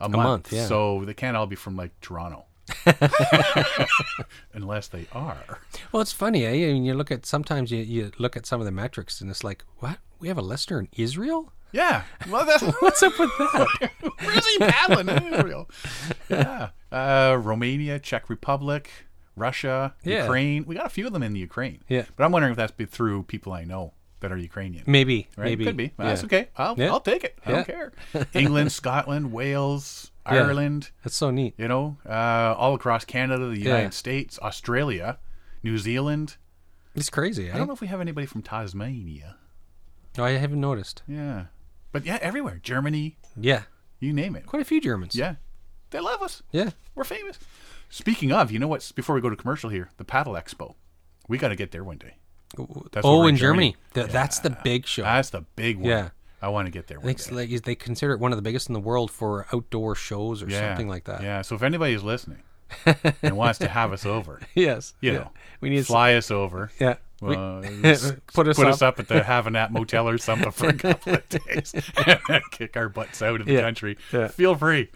Speaker 1: a, month,
Speaker 2: month, yeah.
Speaker 1: so they can't all be from like Toronto, unless they are.
Speaker 2: Well, it's funny, eh? I mean, you look at sometimes you, you look at some of the metrics and it's like, what? We have a listener in Israel?
Speaker 1: Yeah, well, that's
Speaker 2: What's up with that?
Speaker 1: where's he paddling? Israel, yeah, uh, Romania, Czech Republic. Russia,
Speaker 2: Yeah.
Speaker 1: Ukraine. We got a few of them in the Ukraine.
Speaker 2: Yeah.
Speaker 1: But I'm wondering if that's be through people I know that are Ukrainian.
Speaker 2: maybe,
Speaker 1: Right?
Speaker 2: maybe
Speaker 1: Could be.
Speaker 2: Yeah.
Speaker 1: That's okay. I'll,
Speaker 2: Yeah.
Speaker 1: I'll take it. I don't care. England, Scotland, Wales,
Speaker 2: Yeah.
Speaker 1: Ireland,
Speaker 2: That's so neat.
Speaker 1: you know, uh, all across Canada, the United
Speaker 2: Yeah.
Speaker 1: States, Australia, New Zealand.
Speaker 2: It's crazy. eh?
Speaker 1: I don't know if we have anybody from Tasmania.
Speaker 2: Oh, I haven't noticed.
Speaker 1: Yeah. But yeah, everywhere. Germany,
Speaker 2: Yeah,
Speaker 1: you name it.
Speaker 2: quite a few Germans.
Speaker 1: Yeah. They love us.
Speaker 2: yeah.
Speaker 1: We're famous. Speaking of, you know what's before we go to commercial here, the Paddle Expo. We got to get there one day. That's
Speaker 2: oh,
Speaker 1: over in
Speaker 2: in
Speaker 1: Germany.
Speaker 2: Germany, Th- that's the big show. I
Speaker 1: That's the big one.
Speaker 2: Yeah.
Speaker 1: I want to get there one
Speaker 2: think it's
Speaker 1: day.
Speaker 2: like, they consider it one of the biggest in the world for outdoor shows or
Speaker 1: Yeah.
Speaker 2: something like that.
Speaker 1: Yeah. So if anybody is listening and wants to have us over,
Speaker 2: Yes.
Speaker 1: you
Speaker 2: yeah.
Speaker 1: know,
Speaker 2: we need.
Speaker 1: fly us over.
Speaker 2: some- yeah. We-
Speaker 1: Uh, s-
Speaker 2: put us
Speaker 1: put
Speaker 2: up.
Speaker 1: us up at the Havanat Motel or something for a couple of days, and kick our butts out of the
Speaker 2: Yeah.
Speaker 1: country.
Speaker 2: Yeah.
Speaker 1: Feel free.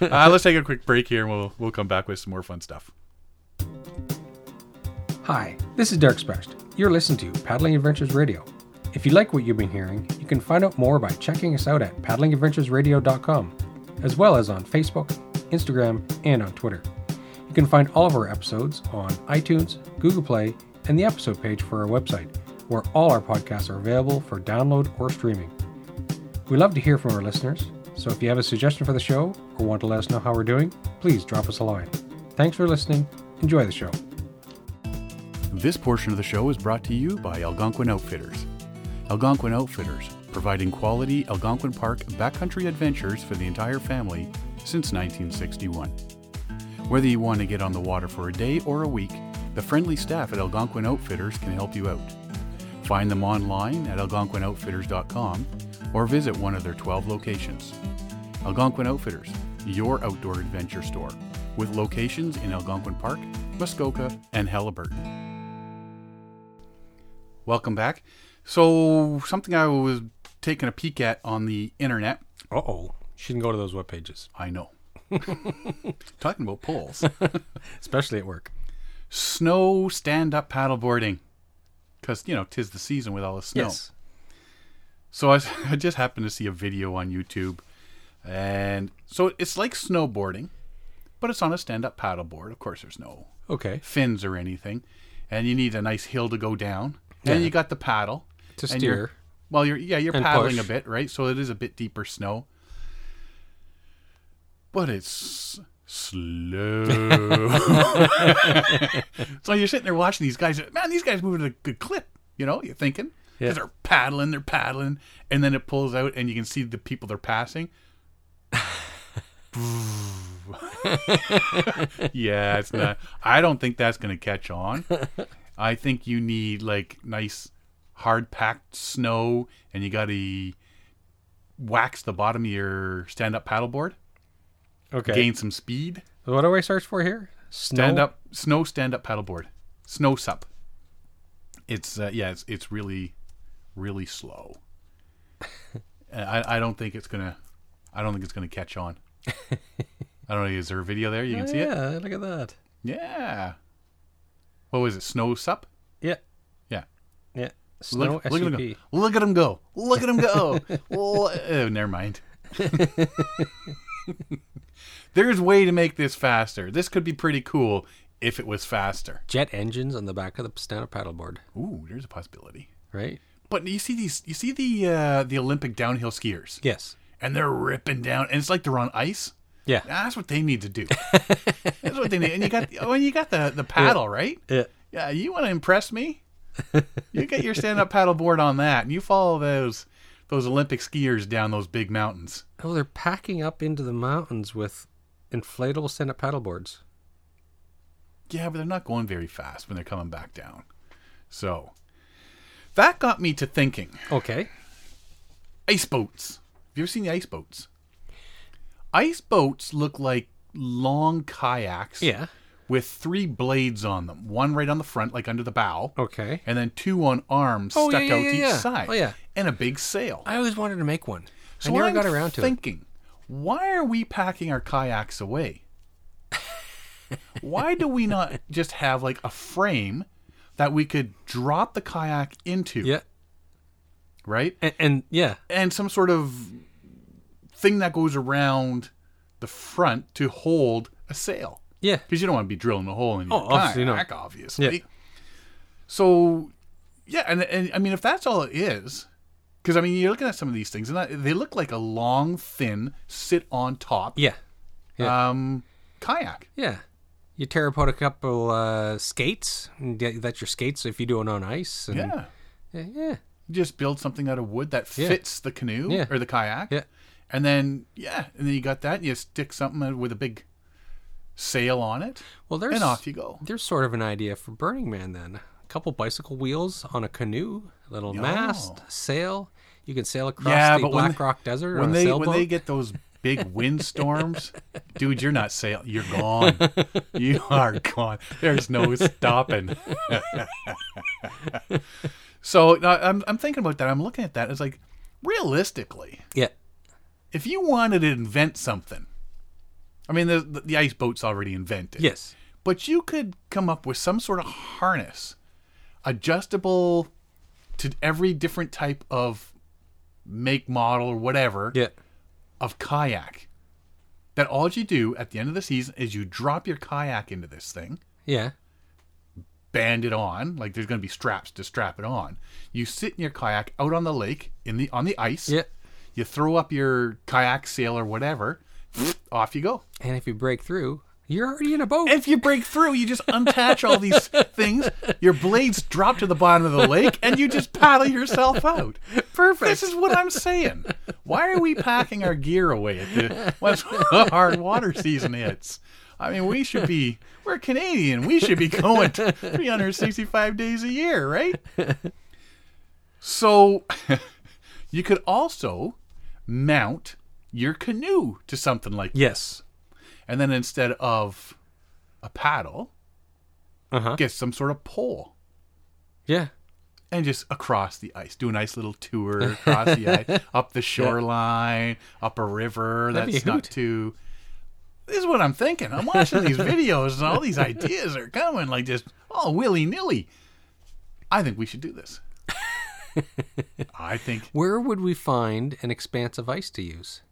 Speaker 1: Uh, let's take a quick break here, and we'll we'll come back with some more fun stuff.
Speaker 2: Hi, this is Derek Sprest. You're listening to Paddling Adventures Radio. If you like what you've been hearing, you can find out more by checking us out at paddlingadventuresradio.com, as well as on Facebook, Instagram, and on Twitter. You can find all of our episodes on iTunes, Google Play, and the episode page for our website, where all our podcasts are available for download or streaming. We love to hear from our listeners, so if you have a suggestion for the show or want to let us know how we're doing, please drop us a line. Thanks for listening. Enjoy the show.
Speaker 1: This portion of the show is brought to you by Algonquin Outfitters. Algonquin Outfitters, providing quality Algonquin Park backcountry adventures for the entire family since 1961. Whether you want to get on the water for a day or a week, the friendly staff at Algonquin Outfitters can help you out. Find them online at algonquinoutfitters.com or visit one of their 12 locations. Algonquin Outfitters, your outdoor adventure store, with locations in Algonquin Park, Muskoka, and Halliburton. Welcome back. So, something I was taking a peek at on the internet.
Speaker 2: Uh oh. She didn't go to those web pages.
Speaker 1: I know. Talking about poles.
Speaker 2: especially at work.
Speaker 1: snow stand up paddleboarding. Because, you know, 'tis the season with all the snow.
Speaker 2: Yes.
Speaker 1: So I, s- I just happened to see a video on YouTube, and so it's like snowboarding, but it's on a stand-up paddleboard. Of course, there's no
Speaker 2: Okay.
Speaker 1: fins or anything, and you need a nice hill to go down. And you got the paddle
Speaker 2: To
Speaker 1: and you're-
Speaker 2: steer.
Speaker 1: Well, you're yeah, you're
Speaker 2: And
Speaker 1: paddling
Speaker 2: push.
Speaker 1: a bit, right? So it is a bit deeper snow, but it's slow. so you're sitting there watching these guys. Man, these guys moving at a good clip. You know, you're thinking 'Cause
Speaker 2: Yeah.
Speaker 1: they're paddling, they're paddling, and then it pulls out, and you can see the people they're passing. yeah, it's not. I don't think that's going to catch on. I think you need like nice hard packed snow and you got to wax the bottom of your stand up paddleboard,
Speaker 2: Okay.
Speaker 1: gain some speed.
Speaker 2: What do I search for here? Snow?
Speaker 1: Stand up snow stand up paddleboard. Snow sup. It's uh, yeah, it's it's really really slow. And I I don't think it's going to I don't think it's going to catch on. I don't know. Is there a video there? You can see it.
Speaker 2: yeah, look at that.
Speaker 1: Yeah. What was it? Snow sup?
Speaker 2: Yeah.
Speaker 1: Yeah.
Speaker 2: Yeah. Snow
Speaker 1: look at him
Speaker 2: SUP.
Speaker 1: go. Look at him go. Look at him go. Well, oh, never mind. There's way to make this faster. This could be pretty cool if it was faster.
Speaker 2: Jet engines on the back of the stand up paddleboard,
Speaker 1: Ooh, there's a possibility.
Speaker 2: right?
Speaker 1: But you see these you see the uh, the Olympic downhill skiers
Speaker 2: Yes.
Speaker 1: and they're ripping down and it's like they're on ice.
Speaker 2: Yeah.
Speaker 1: That's what they need to do. That's what they need. And you got oh, and you got the the paddle, right?
Speaker 2: Yeah.
Speaker 1: Yeah, you want to impress me? you get your stand-up paddleboard on that, and you follow those those Olympic skiers down those big mountains.
Speaker 2: Oh, they're packing up into the mountains with inflatable stand up paddleboards.
Speaker 1: Yeah, but they're not going very fast when they're coming back down. So that got me to thinking:
Speaker 2: Okay.
Speaker 1: ice boats. Have you ever seen the ice boats? Ice boats look like long kayaks
Speaker 2: Yeah.
Speaker 1: with three blades on them, one right on the front, like under the bow,
Speaker 2: Okay.
Speaker 1: and then two on arms
Speaker 2: Oh,
Speaker 1: stuck
Speaker 2: yeah, yeah,
Speaker 1: out
Speaker 2: yeah,
Speaker 1: to each
Speaker 2: yeah.
Speaker 1: side,
Speaker 2: Oh, yeah.
Speaker 1: and a big sail.
Speaker 2: I always wanted to make one.
Speaker 1: So
Speaker 2: I never
Speaker 1: I'm
Speaker 2: got around to it.
Speaker 1: thinking, why are we packing our kayaks away? why do we not just have like a frame that we could drop the kayak into,
Speaker 2: Yeah.
Speaker 1: right?
Speaker 2: And, and yeah.
Speaker 1: And some sort of thing that goes around the front to hold a sail.
Speaker 2: Yeah.
Speaker 1: Because you don't want to be drilling a hole in your
Speaker 2: Oh, obviously not.
Speaker 1: kayak, obviously.
Speaker 2: Yeah.
Speaker 1: So, yeah, and, and I mean, if that's all it is, because I mean, you're looking at some of these things, and that, they look like a long, thin, sit on top
Speaker 2: Yeah.
Speaker 1: um, kayak.
Speaker 2: Yeah. You tear apart a couple uh, skates. and get- That's your skates if you do it on ice. And
Speaker 1: Yeah.
Speaker 2: Yeah. Yeah.
Speaker 1: You just build something out of wood that
Speaker 2: Yeah.
Speaker 1: fits the canoe
Speaker 2: Yeah.
Speaker 1: or the kayak.
Speaker 2: Yeah.
Speaker 1: And then, yeah, and then you got that, and you stick something with a big sail on it,
Speaker 2: Well, there's
Speaker 1: and off you go.
Speaker 2: there's sort of an idea for Burning Man then. A couple bicycle wheels on a canoe, a little mast, sail. You can sail across
Speaker 1: Yeah,
Speaker 2: the
Speaker 1: but when
Speaker 2: Black
Speaker 1: they-
Speaker 2: Rock Desert on
Speaker 1: when
Speaker 2: a
Speaker 1: they
Speaker 2: sailboat.
Speaker 1: when they get those big windstorms, dude, you're not sail. You're gone. You are gone. There's no stopping. so no, I'm I'm thinking about that. I'm looking at that. It's like realistically,
Speaker 2: yeah.
Speaker 1: if you wanted to invent something, I mean the the ice boat's already invented.
Speaker 2: Yes.
Speaker 1: But you could come up with some sort of harness adjustable to every different type of make model or whatever
Speaker 2: Yeah.
Speaker 1: of kayak. That all you do at the end of the season is you drop your kayak into this thing,
Speaker 2: Yeah.
Speaker 1: band it on, like there's going to be straps to strap it on. You sit in your kayak out on the lake in the on the ice.
Speaker 2: Yeah.
Speaker 1: You throw up your kayak sail or whatever, off you go.
Speaker 2: And if you break through, you're already in a boat.
Speaker 1: If you break through, you just untouch all these things. Your blades drop to the bottom of the lake, and you just paddle yourself out.
Speaker 2: Perfect.
Speaker 1: This is what I'm saying. Why are we packing our gear away at the once the hard water season hits? I mean, we should be. We're Canadian. We should be going 365 days a year, right? So, you could also mount your canoe to something like
Speaker 2: yes.
Speaker 1: and then instead of a paddle,
Speaker 2: Uh-huh.
Speaker 1: get some sort of pole
Speaker 2: Yeah.
Speaker 1: and just across the ice, do a nice little tour across the ice, up the shoreline, up a river
Speaker 2: That'd be
Speaker 1: that's
Speaker 2: a
Speaker 1: not
Speaker 2: hoot.
Speaker 1: too. this is what I'm thinking. I'm watching these videos and all these ideas are coming like just all willy nilly. I think we should do this. I think
Speaker 2: Where would we find an expanse of ice to use?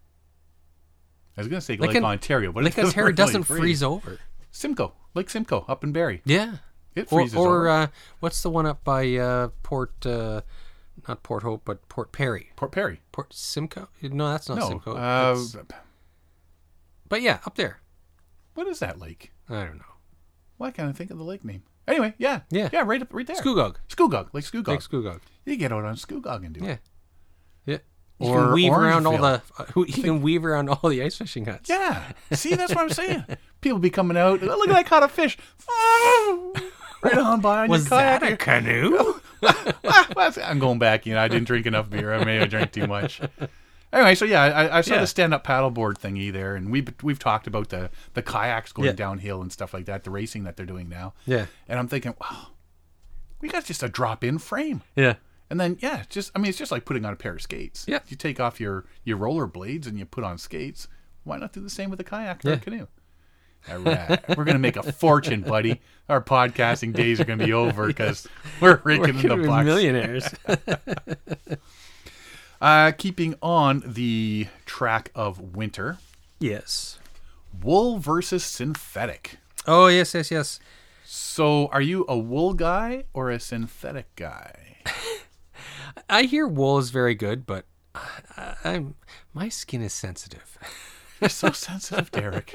Speaker 1: I was going to say
Speaker 2: Like
Speaker 1: Lake
Speaker 2: an-
Speaker 1: Ontario, but
Speaker 2: Lake
Speaker 1: it doesn't
Speaker 2: Ontario
Speaker 1: really
Speaker 2: doesn't freeze over.
Speaker 1: Simcoe, Lake Simcoe, up in Barrie.
Speaker 2: Yeah.
Speaker 1: It
Speaker 2: Or,
Speaker 1: freezes
Speaker 2: or
Speaker 1: over.
Speaker 2: uh, what's the one up by uh, Port, uh, not Port Hope, but Port Perry?
Speaker 1: Port Perry.
Speaker 2: Port Simcoe? No, that's not
Speaker 1: No,
Speaker 2: Simcoe.
Speaker 1: uh,
Speaker 2: That's- but yeah, up there.
Speaker 1: what is that lake?
Speaker 2: I don't know.
Speaker 1: Why can't I think of the lake name? Anyway, yeah,
Speaker 2: Yeah.
Speaker 1: yeah, right up, right there.
Speaker 2: Scoogog.
Speaker 1: Scoogog, Lake Scoogog.
Speaker 2: Lake Scoogog.
Speaker 1: you get out on Scoogog and do
Speaker 2: Yeah.
Speaker 1: it.
Speaker 2: Yeah. You
Speaker 1: Or
Speaker 2: can weave around all
Speaker 1: Orangeville.
Speaker 2: the uh, you can weave around all the ice fishing huts.
Speaker 1: Yeah, see, that's what I'm saying. People be coming out. "Oh, look, I caught a fish. right on by on
Speaker 2: Was
Speaker 1: your kayak.
Speaker 2: that a canoe?
Speaker 1: Ah, well, I'm going back. You know, I didn't drink enough beer. I may have drank too much. Anyway, so yeah, I, I saw
Speaker 2: Yeah.
Speaker 1: the stand-up paddleboard thingy there, and we we've talked about the the kayaks going
Speaker 2: Yeah.
Speaker 1: downhill and stuff like that, the racing that they're doing now.
Speaker 2: Yeah.
Speaker 1: And I'm thinking, wow, we got just a drop-in frame,
Speaker 2: Yeah.
Speaker 1: and then yeah, it's just I mean, it's just like putting on a pair of skates.
Speaker 2: Yeah.
Speaker 1: You take off your your roller blades and you put on skates. Why not do the same with a kayak or a
Speaker 2: Yeah.
Speaker 1: canoe? All right, we're gonna make a fortune, buddy. Our podcasting days are gonna be over because we're
Speaker 2: We're
Speaker 1: raking in the
Speaker 2: gonna be
Speaker 1: bucks.
Speaker 2: millionaires.
Speaker 1: Uh, keeping on the track of winter,
Speaker 2: yes.
Speaker 1: wool versus synthetic.
Speaker 2: Oh yes, yes, yes.
Speaker 1: So, are you a wool guy or a synthetic guy?
Speaker 2: I hear wool is very good, but I, I'm my skin is sensitive.
Speaker 1: You're so sensitive, Derek,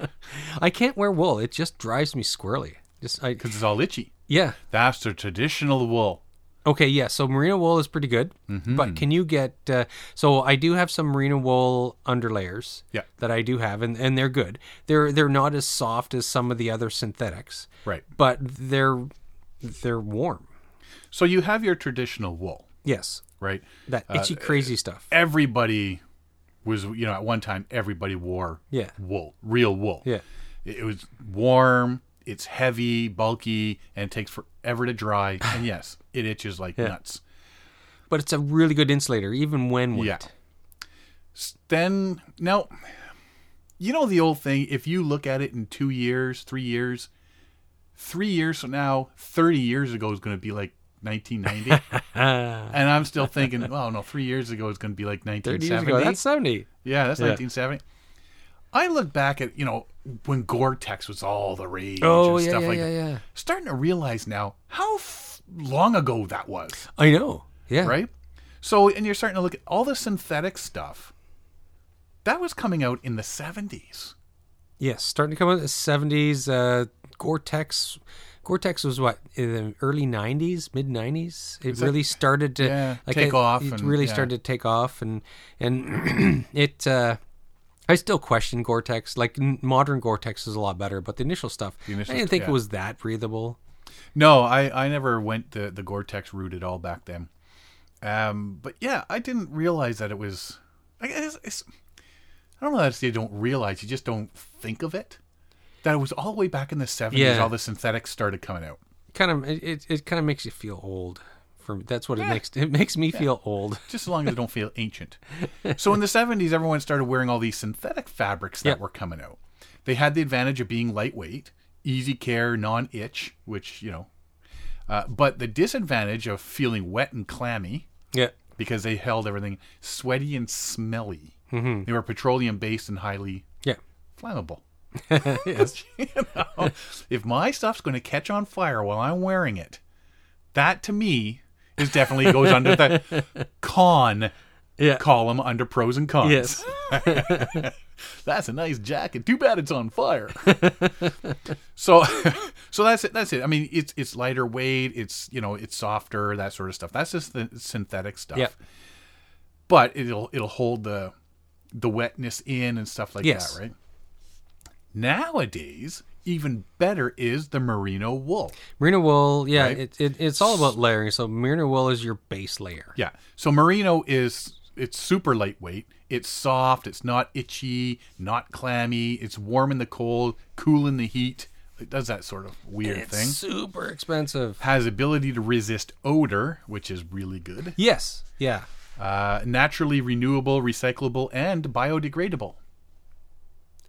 Speaker 2: I can't wear wool. It just drives me squirrely. Just I
Speaker 1: because it's all itchy.
Speaker 2: yeah.
Speaker 1: That's the traditional wool.
Speaker 2: Okay, yeah. So merino wool is pretty good,
Speaker 1: Mm-hmm.
Speaker 2: but can you get? Uh, so I do have some merino wool underlayers.
Speaker 1: Yeah.
Speaker 2: That I do have, and, and they're good. They're they're not as soft as some of the other synthetics,
Speaker 1: Right.
Speaker 2: but they're they're warm.
Speaker 1: So, you have your traditional wool,
Speaker 2: Yes,
Speaker 1: right?
Speaker 2: that itchy crazy stuff.
Speaker 1: eh, Everybody was, you know, at one time, everybody wore
Speaker 2: Yeah.
Speaker 1: wool, real wool.
Speaker 2: Yeah.
Speaker 1: It it was warm, it's heavy, bulky, and takes forever to dry. And yes, it itches like nuts.
Speaker 2: But it's a really good insulator, even when wet.
Speaker 1: Yeah. S- Then now, you know the old thing. If you look at it in two years, three years, three years from now, thirty years ago is going to be like 1990, and I'm still thinking, well, no, three years ago is going to be like
Speaker 2: Thirty years ago,
Speaker 1: 1970.
Speaker 2: that's seventy.
Speaker 1: yeah, that's 1970. I look back at you know when Gore-Tex was all the rage
Speaker 2: Oh
Speaker 1: and
Speaker 2: yeah,
Speaker 1: stuff
Speaker 2: yeah,
Speaker 1: like
Speaker 2: yeah,
Speaker 1: that.
Speaker 2: yeah.
Speaker 1: Starting to realize now how f- long ago that was
Speaker 2: I know. Yeah.
Speaker 1: right? So, and you're starting to look at all the synthetic stuff that was coming out in the 70s.
Speaker 2: Yes, starting to come out in the seventies. Uh, Gore-Tex, Gore-Tex was what in the early nineties, mid nineties. It really started to
Speaker 1: Yeah, take
Speaker 2: it,
Speaker 1: off
Speaker 2: It
Speaker 1: and-
Speaker 2: really
Speaker 1: yeah.
Speaker 2: started to take off, and and it. Uh, I still question Gore-Tex. Like n- modern Gore-Tex is a lot better, but the initial stuff,
Speaker 1: initial
Speaker 2: I
Speaker 1: st-
Speaker 2: didn't think
Speaker 1: yeah.
Speaker 2: it was that breathable.
Speaker 1: No, I, I never went the, the Gore Tex route at all back then. Um, but yeah, I didn't realize that it was. I guess it's, I don't know if you don't realize, you just don't think of it. That it was all the way back in the 70s,
Speaker 2: Yeah.
Speaker 1: all the synthetics started coming out.
Speaker 2: Kind of, it, it, it kind of makes you feel old. For that's what it makes. It makes me feel old.
Speaker 1: just as long as they don't feel ancient. So in the 70s, everyone started wearing all these synthetic fabrics that
Speaker 2: Yep.
Speaker 1: were coming out. They had the advantage of being lightweight, easy care, non itch, which, you know, uh, but the disadvantage of feeling wet and clammy
Speaker 2: Yeah.
Speaker 1: because they held everything sweaty and smelly. They were petroleum based and highly
Speaker 2: Yeah.
Speaker 1: flammable. You know, if my stuff's going to catch on fire while I'm wearing it, that to me is definitely goes under the con
Speaker 2: Yeah.
Speaker 1: column under pros and cons.
Speaker 2: Yes.
Speaker 1: That's a nice jacket. Too bad it's on fire. so so that's it that's it. I mean it's it's lighter weight, it's you know, it's softer, that sort of stuff. That's just the synthetic stuff.
Speaker 2: Yep.
Speaker 1: But it'll it'll hold the the wetness in and stuff like
Speaker 2: Yes.
Speaker 1: that, right? Nowadays, even better is the merino wool.
Speaker 2: Merino wool, yeah,
Speaker 1: Right?
Speaker 2: it, it, it's all about layering. So merino wool is your base layer.
Speaker 1: Yeah. So merino is it's super lightweight. It's soft. It's not itchy. Not clammy. It's warm in the cold, cool in the heat. It does that sort of weird
Speaker 2: It's
Speaker 1: thing.
Speaker 2: super expensive.
Speaker 1: Has ability to resist odor, which is really good.
Speaker 2: Yes, yeah,
Speaker 1: Uh, naturally renewable, recyclable, and biodegradable.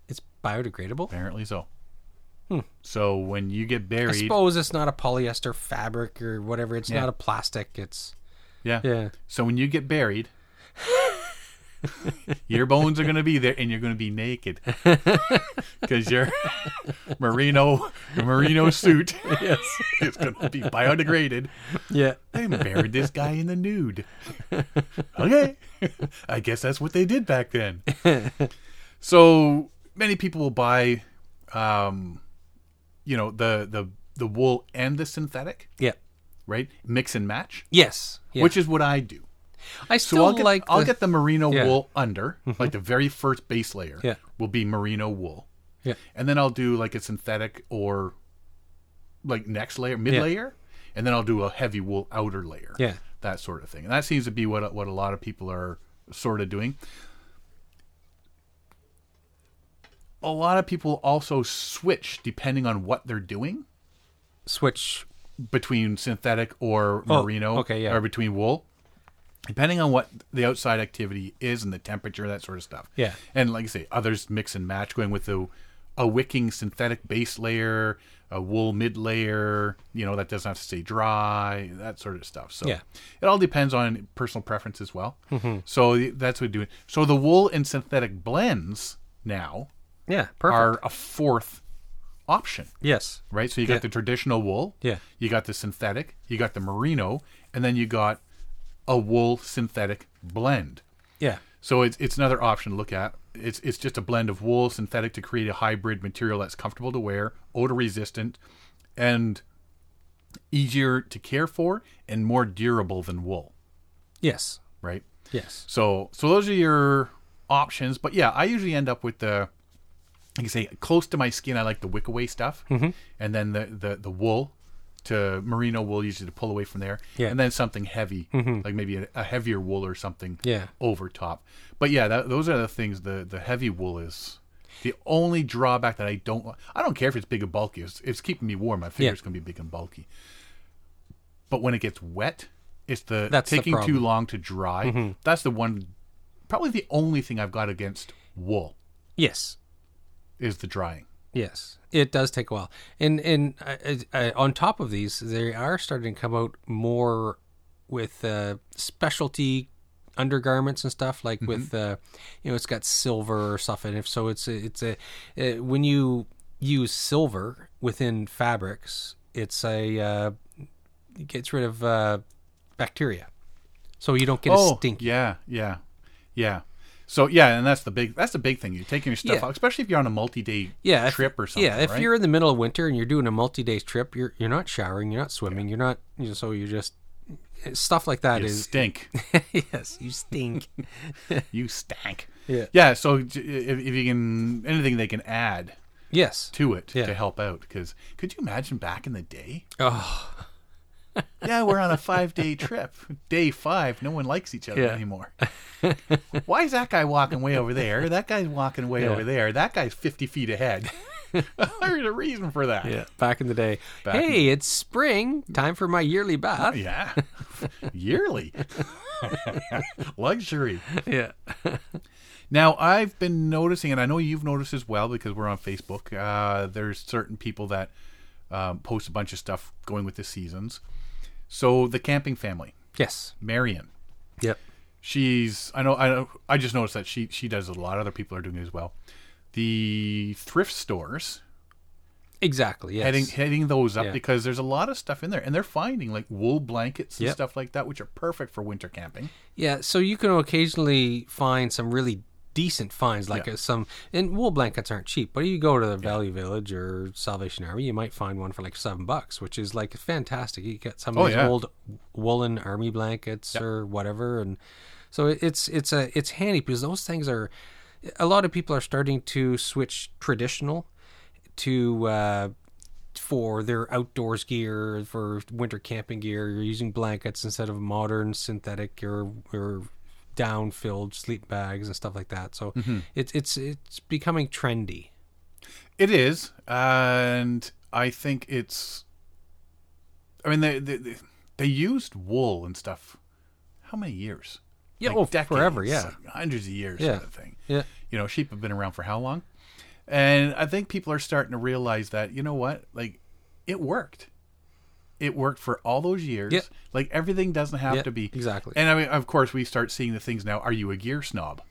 Speaker 2: it's biodegradable?
Speaker 1: Apparently so. So when you get buried,
Speaker 2: Hmm. I suppose it's not a polyester fabric or whatever. It's
Speaker 1: Yeah.
Speaker 2: not a plastic. It's
Speaker 1: yeah.
Speaker 2: yeah.
Speaker 1: So when you get buried, your bones are going to be there, and you're going to be naked because your merino merino suit
Speaker 2: Yes.
Speaker 1: is going to be biodegraded.
Speaker 2: Yeah.
Speaker 1: They buried this guy in the nude. Okay, I guess that's what they did back then. So many people will buy, um, you know, the the the wool and the synthetic,
Speaker 2: Yeah.
Speaker 1: right? Mix and match,
Speaker 2: Yes. Yeah.
Speaker 1: which is what I do.
Speaker 2: I
Speaker 1: So
Speaker 2: still
Speaker 1: I'll get
Speaker 2: like
Speaker 1: I'll
Speaker 2: the-
Speaker 1: get the merino
Speaker 2: Yeah. Mm-hmm.
Speaker 1: wool under, like the very first base layer
Speaker 2: Yeah.
Speaker 1: will be merino wool.
Speaker 2: Yeah.
Speaker 1: And then I'll do like a synthetic or like next layer, mid layer, and then I'll do a heavy wool outer layer.
Speaker 2: Yeah.
Speaker 1: That sort of thing. And that seems to be what what a lot of people are sort of doing. A lot of people also switch depending on what they're doing
Speaker 2: switch.
Speaker 1: between synthetic or
Speaker 2: Oh,
Speaker 1: merino
Speaker 2: okay, yeah.
Speaker 1: or between wool depending on what the outside activity is and the temperature that sort of stuff
Speaker 2: Yeah.
Speaker 1: and like i say others mix and match going with the a wicking synthetic base layer a wool mid layer you know that doesn't have to stay dry that sort of stuff so
Speaker 2: Yeah. Mm-hmm.
Speaker 1: it all depends on personal preference as well so that's what we do so the wool and synthetic blends now
Speaker 2: Yeah. Perfect.
Speaker 1: are a fourth option
Speaker 2: yes.
Speaker 1: right? So you got
Speaker 2: Yeah.
Speaker 1: the traditional wool,
Speaker 2: Yeah.
Speaker 1: You got the synthetic, you got the merino, and then you got a wool synthetic blend.
Speaker 2: Yeah.
Speaker 1: So it's it's another option to look at. It's it's just a blend of wool synthetic to create a hybrid material that's comfortable to wear, odor resistant, and easier to care for and more durable than wool,
Speaker 2: Yes.
Speaker 1: right?
Speaker 2: Yes.
Speaker 1: So so those are your options. But yeah, I usually end up with the like I say close to my skin. I like the wick away stuff,
Speaker 2: Mm-hmm.
Speaker 1: and then the, the the wool to merino wool usually to pull away from there,
Speaker 2: Yeah. Mm-hmm.
Speaker 1: and then something heavy like maybe a, a heavier wool or something
Speaker 2: Yeah.
Speaker 1: over top. But yeah, that, those are the things. The the heavy wool is. The only drawback that I don't, I don't care if it's big and bulky. It's, it's keeping me warm. My fingers can be big and bulky. But when it gets wet, it's the
Speaker 2: That's the
Speaker 1: taking too
Speaker 2: problem. Mm-hmm.
Speaker 1: long to dry. That's the one, probably the only thing I've got against wool
Speaker 2: Yes.
Speaker 1: is the drying.
Speaker 2: Yes, it does take a while, and and uh, uh, on top of these, they are starting to come out more with uh, specialty undergarments and stuff like with uh, you know it's got silver or stuff in it. So it's a, it's a uh, when you use silver within fabrics, it's a uh, it gets rid of uh, bacteria, so you don't get a stink.
Speaker 1: Oh, yeah, yeah, yeah. So yeah, and that's the big that's the big thing. You're taking your stuff
Speaker 2: Yeah.
Speaker 1: out, especially if you're on a multi-day
Speaker 2: yeah, if-
Speaker 1: trip or something.
Speaker 2: Yeah, if
Speaker 1: right?
Speaker 2: you're in the middle of winter and you're doing a multi-day trip, you're you're not showering, you're not swimming, you're not you know, so you're just stuff like that
Speaker 1: you
Speaker 2: is
Speaker 1: stink.
Speaker 2: yes, you stink.
Speaker 1: you stank.
Speaker 2: Yeah.
Speaker 1: Yeah. So j- if, if you can anything they can add
Speaker 2: yes.
Speaker 1: to it
Speaker 2: Yeah.
Speaker 1: to help out, because could you imagine back in the day?
Speaker 2: Oh,
Speaker 1: yeah, we're on a five day trip. Day five, no one likes each other
Speaker 2: Yeah.
Speaker 1: anymore. Why is that guy walking way over there? That guy's walking way over there. That guy's 50 feet ahead. There's a reason for that.
Speaker 2: yeah. Back in the day.
Speaker 1: Back in-
Speaker 2: hey, it's spring, time for my yearly bath.
Speaker 1: Yeah. Yearly. Luxury.
Speaker 2: Yeah.
Speaker 1: Now, I've been noticing, and I know you've noticed as well because we're on Facebook, uh, there's certain people that um, post a bunch of stuff going with the seasons. So, the camping family,
Speaker 2: Yes.
Speaker 1: Marion.
Speaker 2: Yep.
Speaker 1: She's I know I know I just noticed that she she does it a lot. Other people are doing it as well. The thrift stores
Speaker 2: Exactly. Yes.
Speaker 1: heading heading those up
Speaker 2: Yeah.
Speaker 1: because there's a lot of stuff in there, and they're finding like wool blankets and
Speaker 2: Yep.
Speaker 1: stuff like that, which are perfect for winter camping.
Speaker 2: Yeah, so you can occasionally find some really decent finds, like uh some. And wool blankets aren't cheap, but you go to the Value Village or Salvation Army, you might find one for like seven bucks, which is like fantastic. You get some of
Speaker 1: Oh,
Speaker 2: these
Speaker 1: yeah.
Speaker 2: old woolen army blankets or whatever, and so it- it's it's a it's handy because those things are. A lot of people are starting to switch traditional to uh, for their outdoors gear, for winter camping gear. You're using blankets instead of modern synthetic or or down filled sleep bags and stuff like that. So
Speaker 1: Mm-hmm.
Speaker 2: it's it's it's becoming trendy.
Speaker 1: It is, and I think it's. I mean, they they, they, they used wool and stuff. How many years?
Speaker 2: Yeah,
Speaker 1: Like
Speaker 2: well, forever, yeah.
Speaker 1: like hundreds of years,
Speaker 2: Yeah.
Speaker 1: sort of thing.
Speaker 2: Yeah.
Speaker 1: You know, sheep have been around for how long? And I think people are starting to realize that, you know what? Like, it worked. It worked for all those years.
Speaker 2: Yep.
Speaker 1: Like, everything doesn't have
Speaker 2: Yep,
Speaker 1: to be.
Speaker 2: exactly.
Speaker 1: And I mean, of course, we start seeing the things now. Are you a gear snob?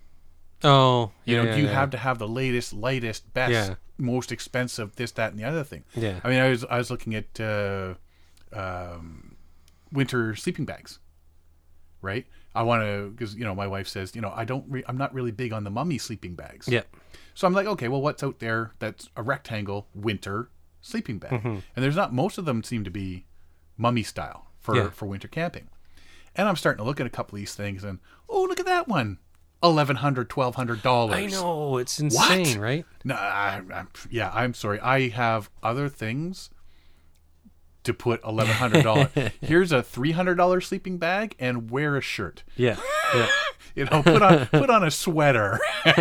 Speaker 2: Oh,
Speaker 1: You know,
Speaker 2: yeah,
Speaker 1: do you
Speaker 2: yeah.
Speaker 1: have to have the latest, lightest, best,
Speaker 2: Yeah.
Speaker 1: most expensive, this, that, and the other thing?
Speaker 2: Yeah.
Speaker 1: I mean, I was I was looking at uh, um, winter sleeping bags, right? I want to because you know my wife says you know I don't re- I'm not really big on the mummy sleeping bags.
Speaker 2: Yeah.
Speaker 1: So I'm like, okay, well, what's out there that's a rectangle winter sleeping bag?
Speaker 2: Mm-hmm.
Speaker 1: And there's not most of them seem to be mummy style for
Speaker 2: Yeah.
Speaker 1: for winter camping. And I'm starting to look at a couple of these things, and oh, look at that one. Eleven hundred, twelve hundred dollars.
Speaker 2: I know it's insane, right?
Speaker 1: No, I, I'm, yeah, I'm sorry. I have other things to put eleven hundred dollars. Here's a three hundred dollar sleeping bag and wear a shirt.
Speaker 2: Yeah, yeah,
Speaker 1: You know, put on put on a sweater.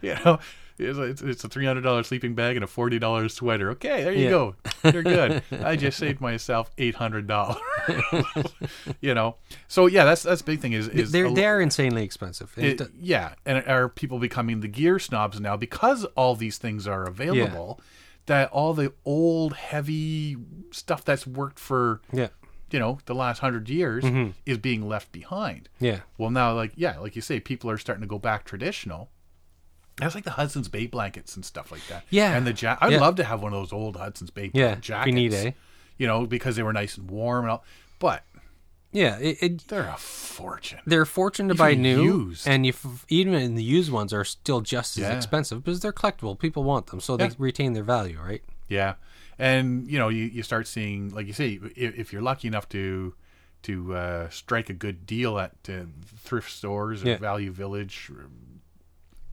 Speaker 1: you know, it's a, it's- it's a three hundred dollar sleeping bag and a forty dollar sweater. Okay, there you
Speaker 2: Yeah.
Speaker 1: go. You're good. I just saved myself eight hundred dollars. you know, so yeah, that's that's the big thing is is
Speaker 2: they're
Speaker 1: a-
Speaker 2: they are insanely expensive. It
Speaker 1: it-
Speaker 2: d-
Speaker 1: yeah, and are people becoming the gear snobs now because all these things are available? That all the old heavy stuff that's worked for
Speaker 2: yeah,
Speaker 1: you know the last hundred years
Speaker 2: Mm-hmm.
Speaker 1: is being left behind.
Speaker 2: yeah,
Speaker 1: Well, now like yeah, like you say, people are starting to go back traditional. That's like the Hudson's Bay blankets and stuff like that.
Speaker 2: Yeah.
Speaker 1: and the ja- I'd
Speaker 2: Yeah.
Speaker 1: love to have one of those old Hudson's Bay
Speaker 2: Yeah, if
Speaker 1: jackets.
Speaker 2: you need a.
Speaker 1: you know, because they were nice and warm and all. But
Speaker 2: yeah. It, it,
Speaker 1: they're a fortune.
Speaker 2: they're fortunate to buy
Speaker 1: Even
Speaker 2: new,
Speaker 1: used.
Speaker 2: and you f- even the used ones are still just as
Speaker 1: Yeah.
Speaker 2: expensive because they're collectible. People want them, so they
Speaker 1: Yeah.
Speaker 2: retain their value, right?
Speaker 1: Yeah, and you know you, you start seeing like you say if, if you're lucky enough to to uh, strike a good deal at uh, thrift stores or
Speaker 2: Yeah.
Speaker 1: Value Village, or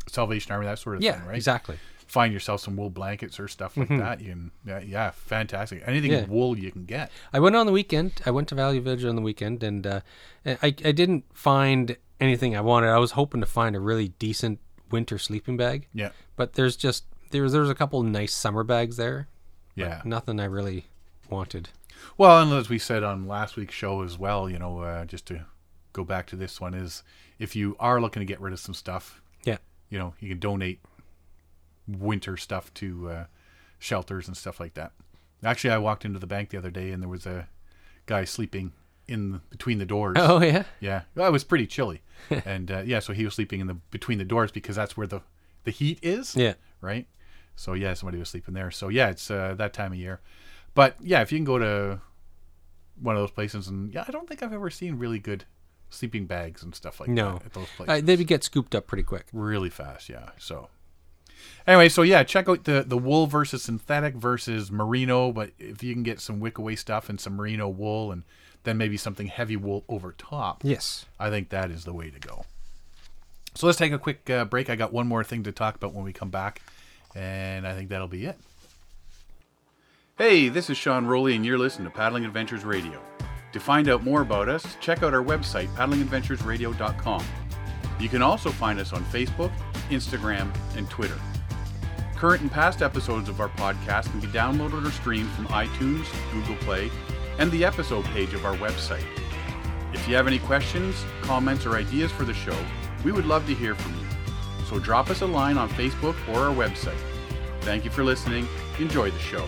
Speaker 1: Salvation Army, that sort of
Speaker 2: Yeah,
Speaker 1: thing, right?
Speaker 2: exactly.
Speaker 1: Find yourself some wool blankets or stuff like that. You can, yeah, yeah, fantastic. Anything
Speaker 2: Mm-hmm. Yeah.
Speaker 1: wool you can get.
Speaker 2: I went on the weekend. I went to Value Village on the weekend, and uh, I I didn't find anything I wanted. I was hoping to find a really decent winter sleeping bag,
Speaker 1: Yeah,
Speaker 2: but there's just there's there's a couple nice summer bags there.
Speaker 1: yeah.
Speaker 2: Nothing I really wanted.
Speaker 1: Well, and as we said on last week's show as well, you know, uh, just to go back to this one is if you are looking to get rid of some stuff,
Speaker 2: Yeah,
Speaker 1: you know you can donate winter stuff to uh, shelters and stuff like that actually i walked into the bank the other day and there was a guy sleeping in the, between the doors
Speaker 2: Oh yeah,
Speaker 1: yeah well, it was pretty chilly and uh, yeah so he was sleeping in the between the doors because that's where the the heat is
Speaker 2: yeah,
Speaker 1: right so yeah somebody was sleeping there so yeah it's uh, that time of year but yeah if you can go to one of those places and yeah i don't think i've ever seen really good sleeping bags and stuff like
Speaker 2: No.
Speaker 1: that at those places
Speaker 2: I, they would Uh, get scooped up pretty quick.
Speaker 1: really fast yeah so anyway so yeah check out the the wool versus synthetic versus merino but if you can get some wickaway stuff and some merino wool and then maybe something heavy wool over top
Speaker 2: Yes.
Speaker 1: i think that is the way to go so let's take a quick uh, break i got one more thing to talk about when we come back and i think that'll be it Hey, this is Sean Rowley, and you're listening to Paddling Adventures Radio. To find out more about us, check out our website, paddlingadventuresradio.com. You can also find us on Facebook, Instagram, and Twitter. Current and past episodes of our podcast can be downloaded or streamed from iTunes, Google Play, and the episode page of our website. If you have any questions, comments, or ideas for the show, we would love to hear from you. So drop us a line on Facebook or our website. Thank you for listening. Enjoy the show.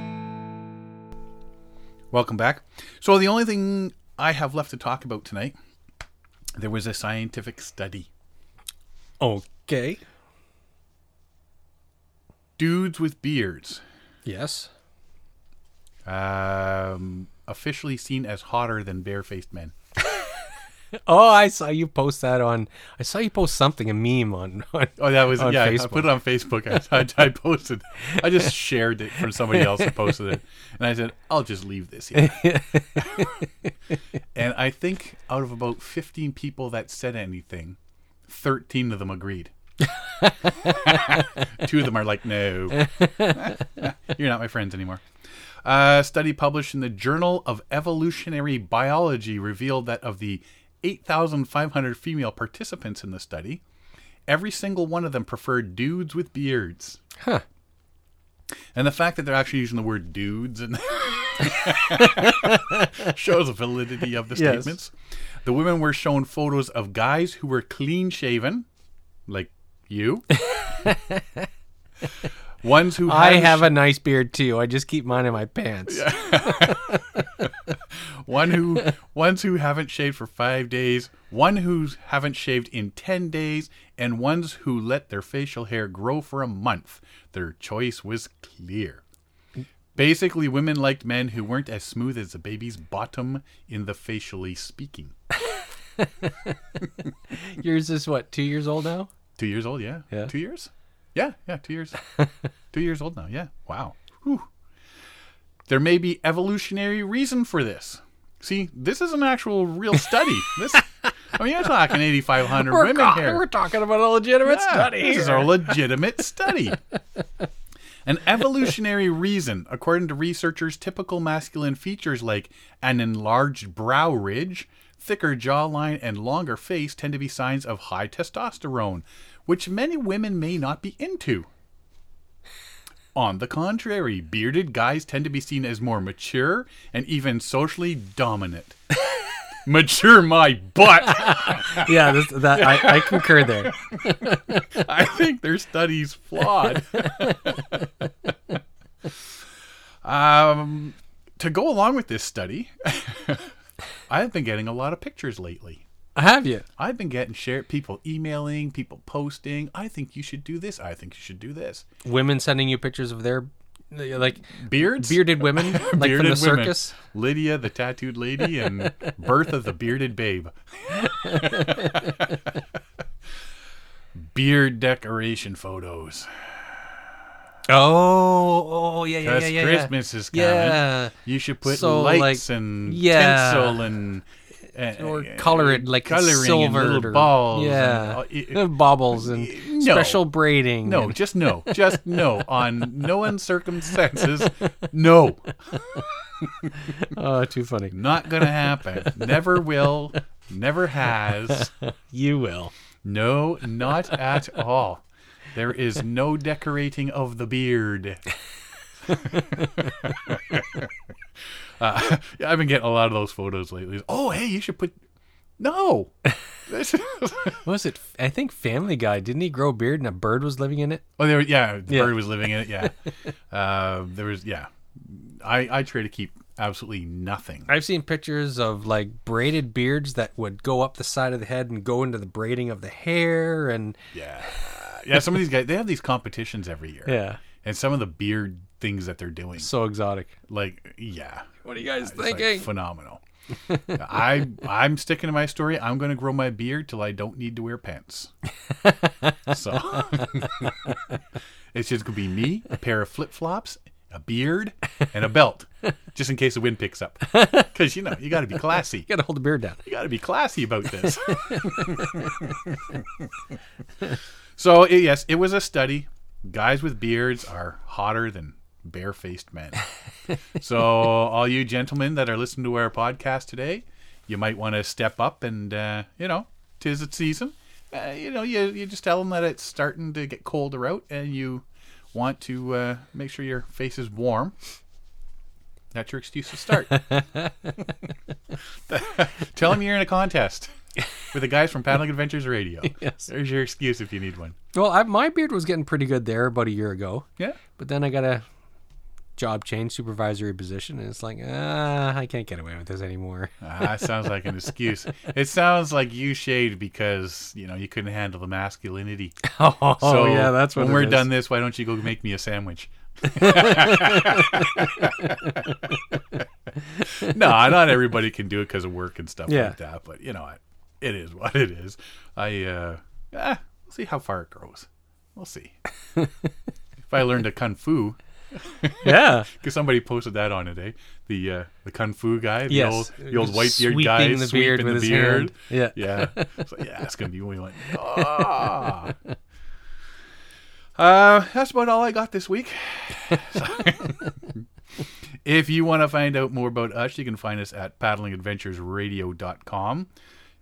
Speaker 1: Welcome back. So the only thing I have left to talk about tonight, there was a scientific study.
Speaker 2: Okay.
Speaker 1: Dudes with beards,
Speaker 2: Yes.
Speaker 1: um, officially seen as hotter than barefaced men.
Speaker 2: Oh, I saw you post that on. I saw you post something, a meme on. on
Speaker 1: Oh, that was
Speaker 2: On
Speaker 1: yeah. I
Speaker 2: Facebook.
Speaker 1: put it on Facebook. I, I, I posted. I just shared it from somebody else who posted it, and I said, "I'll just leave this here." and I think out of about fifteen people that said anything, 13 of them agreed. Two of them are like, no, you're not my friends anymore. A study published in the Journal of Evolutionary Biology revealed that of the 8,500 female participants in the study, every single one of them preferred dudes with beards.
Speaker 2: Huh.
Speaker 1: And the fact that they're actually using the word dudes and shows the validity of the
Speaker 2: Yes.
Speaker 1: statements. The women were shown photos of guys who were clean shaven, like you. ones who
Speaker 2: I
Speaker 1: hadn't
Speaker 2: have a nice beard too. I just keep mine in my pants.
Speaker 1: one who ones who haven't shaved for five days, one who haven't shaved in ten days, and ones who let their facial hair grow for a month. Their choice was clear. Basically, women liked men who weren't as smooth as a baby's bottom in the facially speaking.
Speaker 2: Yours is what, two years old now?
Speaker 1: Two years old, yeah.
Speaker 2: Yeah.
Speaker 1: Two years? Yeah, yeah, two years. two years old now, yeah. Wow. Whew. There may be evolutionary reason for this. See, this is an actual real study. this I mean you're talking eighty five hundred
Speaker 2: We're,
Speaker 1: women
Speaker 2: ca-
Speaker 1: here.
Speaker 2: we're talking about a legitimate
Speaker 1: Yeah,
Speaker 2: study.
Speaker 1: This is
Speaker 2: here.
Speaker 1: a legitimate study. An evolutionary reason, according to researchers, typical masculine features like an enlarged brow ridge, thicker jawline, and longer face tend to be signs of high testosterone, which many women may not be into. On the contrary, bearded guys tend to be seen as more mature and even socially dominant. mature my butt!
Speaker 2: yeah, this, that, I, I concur there.
Speaker 1: I think their study's flawed. um, to go along with this study, I've been getting a lot of pictures lately.
Speaker 2: Have you?
Speaker 1: I've been getting share people emailing, people posting. I think you should do this. I think you should do this.
Speaker 2: Women sending you pictures of their, like,
Speaker 1: Beards,
Speaker 2: bearded women, like from the
Speaker 1: Bearded women.
Speaker 2: circus?
Speaker 1: Lydia, the tattooed lady, and Bertha, the bearded babe. Beard decoration photos.
Speaker 2: Oh, oh, yeah, yeah, yeah,
Speaker 1: Because
Speaker 2: yeah.
Speaker 1: Christmas is coming.
Speaker 2: Yeah.
Speaker 1: You should put
Speaker 2: So,
Speaker 1: lights
Speaker 2: like,
Speaker 1: and
Speaker 2: yeah.
Speaker 1: tinsel and, and
Speaker 2: Or
Speaker 1: and
Speaker 2: color it like
Speaker 1: coloring and
Speaker 2: silver
Speaker 1: little
Speaker 2: or,
Speaker 1: balls. and
Speaker 2: Yeah,
Speaker 1: all- it-
Speaker 2: Uh, bobbles and
Speaker 1: no.
Speaker 2: special braiding.
Speaker 1: no,
Speaker 2: and-
Speaker 1: just no, just no. On no circumstances, no,
Speaker 2: oh, too funny.
Speaker 1: not gonna happen. Never will. Never has.
Speaker 2: You will.
Speaker 1: No, not at all. There is no decorating of the beard. uh, yeah, I've been getting a lot of those photos lately. Oh, hey, you should put. No. Oh, This-
Speaker 2: What was it? I think Family Guy didn't he grow a beard and a bird was living in it?
Speaker 1: oh, there. Yeah, the
Speaker 2: Yeah.
Speaker 1: bird was living in it. Yeah, uh, there was. Yeah, I I try to keep absolutely nothing.
Speaker 2: I've seen pictures of like braided beards that would go up the side of the head and go into the braiding of the hair and
Speaker 1: Yeah, yeah. Some of these guys they have these competitions every year,
Speaker 2: yeah,
Speaker 1: and some of the beard things that they're doing,
Speaker 2: so exotic.
Speaker 1: like yeah,
Speaker 2: What are you guys
Speaker 1: It's, like, phenomenal. I I'm sticking to my story. I'm going to grow my beard till I don't need to wear pants. So it's just going to be me, a pair of flip flops, a beard, and a belt, just in case the wind picks up. Because you know you got to be classy.
Speaker 2: you gotta hold the beard down.
Speaker 1: You got to be classy about this. so i- yes, it was a study. Guys with beards are hotter than barefaced men. so all you gentlemen that are listening to our podcast today, you might want to step up and uh, you know, tis the season. Uh, you know, you you just tell them that it's starting to get colder out, and you want to uh, make sure your face is warm. That's your excuse to start. Tell them you're in a contest with the guys from Paddling Adventures Radio.
Speaker 2: Yes.
Speaker 1: There's your excuse if you need one.
Speaker 2: Well, I, my beard was getting pretty good there about a year ago,
Speaker 1: Yeah.
Speaker 2: but then I got a job change, supervisory position, and it's like, ah, I can't get away with this anymore.
Speaker 1: Ah, sounds like an excuse. It sounds like you shaved because, you know, you couldn't handle the masculinity.
Speaker 2: Oh,
Speaker 1: So
Speaker 2: yeah, that's what
Speaker 1: when
Speaker 2: it
Speaker 1: we're
Speaker 2: is.
Speaker 1: done this, why don't you go make me a sandwich? no, not everybody can do it because of work and stuff
Speaker 2: Yeah.
Speaker 1: like that. But you know, what? it is what it is. I uh, ah, we'll see how far it grows. We'll see. if I learn to kung fu,
Speaker 2: yeah.
Speaker 1: Because somebody posted that on it, eh? The uh, the kung fu guy, the
Speaker 2: Yes.
Speaker 1: old the old white beard
Speaker 2: Sweeping
Speaker 1: guy,
Speaker 2: the beard
Speaker 1: sweeping the
Speaker 2: with his
Speaker 1: beard.
Speaker 2: hand.
Speaker 1: yeah, It's like, yeah, it's gonna be when we went. Ah. Uh, that's about all I got this week. If you want to find out more about us, you can find us at paddlingadventuresradio.com.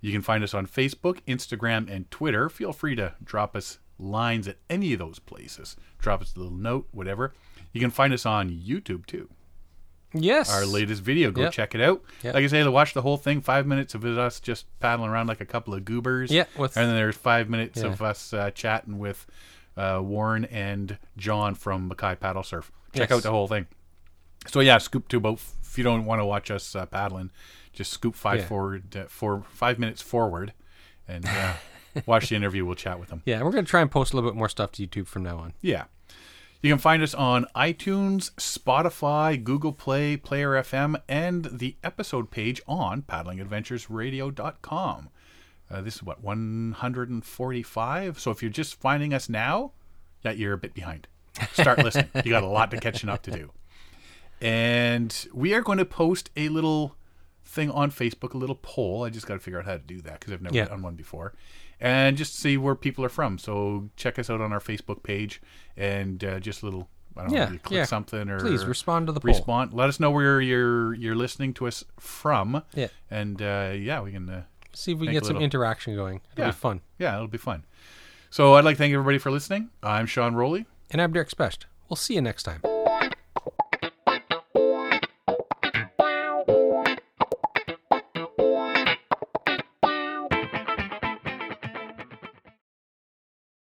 Speaker 1: You can find us on Facebook, Instagram, and Twitter. Feel free to drop us lines at any of those places. Drop us a little note, whatever. You can find us on YouTube too.
Speaker 2: Yes.
Speaker 1: Our latest video, go
Speaker 2: Yep.
Speaker 1: check it out.
Speaker 2: Yep.
Speaker 1: Like I say, to watch the whole thing, five minutes of us just paddling around like a couple of goobers.
Speaker 2: Yeah, with-
Speaker 1: and then there's five minutes
Speaker 2: Yeah.
Speaker 1: of us uh, chatting with uh, Warren and John from Mackay Paddle Surf. Check
Speaker 2: Yes.
Speaker 1: out the whole thing. So yeah, scoop to about if you don't want to watch us uh, paddling, just scoop five
Speaker 2: Yeah.
Speaker 1: forward uh, for five minutes forward, and uh, watch the interview. We'll chat with them.
Speaker 2: Yeah, we're going to try and post a little bit more stuff to YouTube from now on.
Speaker 1: Yeah. You can find us on iTunes, Spotify, Google Play, Player FM, and the episode page on paddlingadventuresradio.com. Uh, this is what, 145? So if you're just finding us now, yeah, you're a bit behind. Start listening. You got a lot to catching up to do. And we are going to post a little thing on Facebook, a little poll. I just got to figure out how to do that because I've never
Speaker 2: Yeah.
Speaker 1: done one before. And just see where people are from. So check us out on our Facebook page and uh, just a little, I don't know,
Speaker 2: Yeah,
Speaker 1: maybe click
Speaker 2: yeah.
Speaker 1: something or
Speaker 2: Please respond to the poll.
Speaker 1: respond. Let us know where you're you're listening to us from.
Speaker 2: Yeah.
Speaker 1: And uh, yeah, we can. Uh,
Speaker 2: See if we can
Speaker 1: Make
Speaker 2: get
Speaker 1: a
Speaker 2: some
Speaker 1: little-
Speaker 2: interaction going. It'll
Speaker 1: Yeah.
Speaker 2: be fun.
Speaker 1: yeah, it'll be fun. So I'd like to thank everybody for listening. I'm Sean Rowley.
Speaker 2: And I'm Derek Specht. We'll see you next time.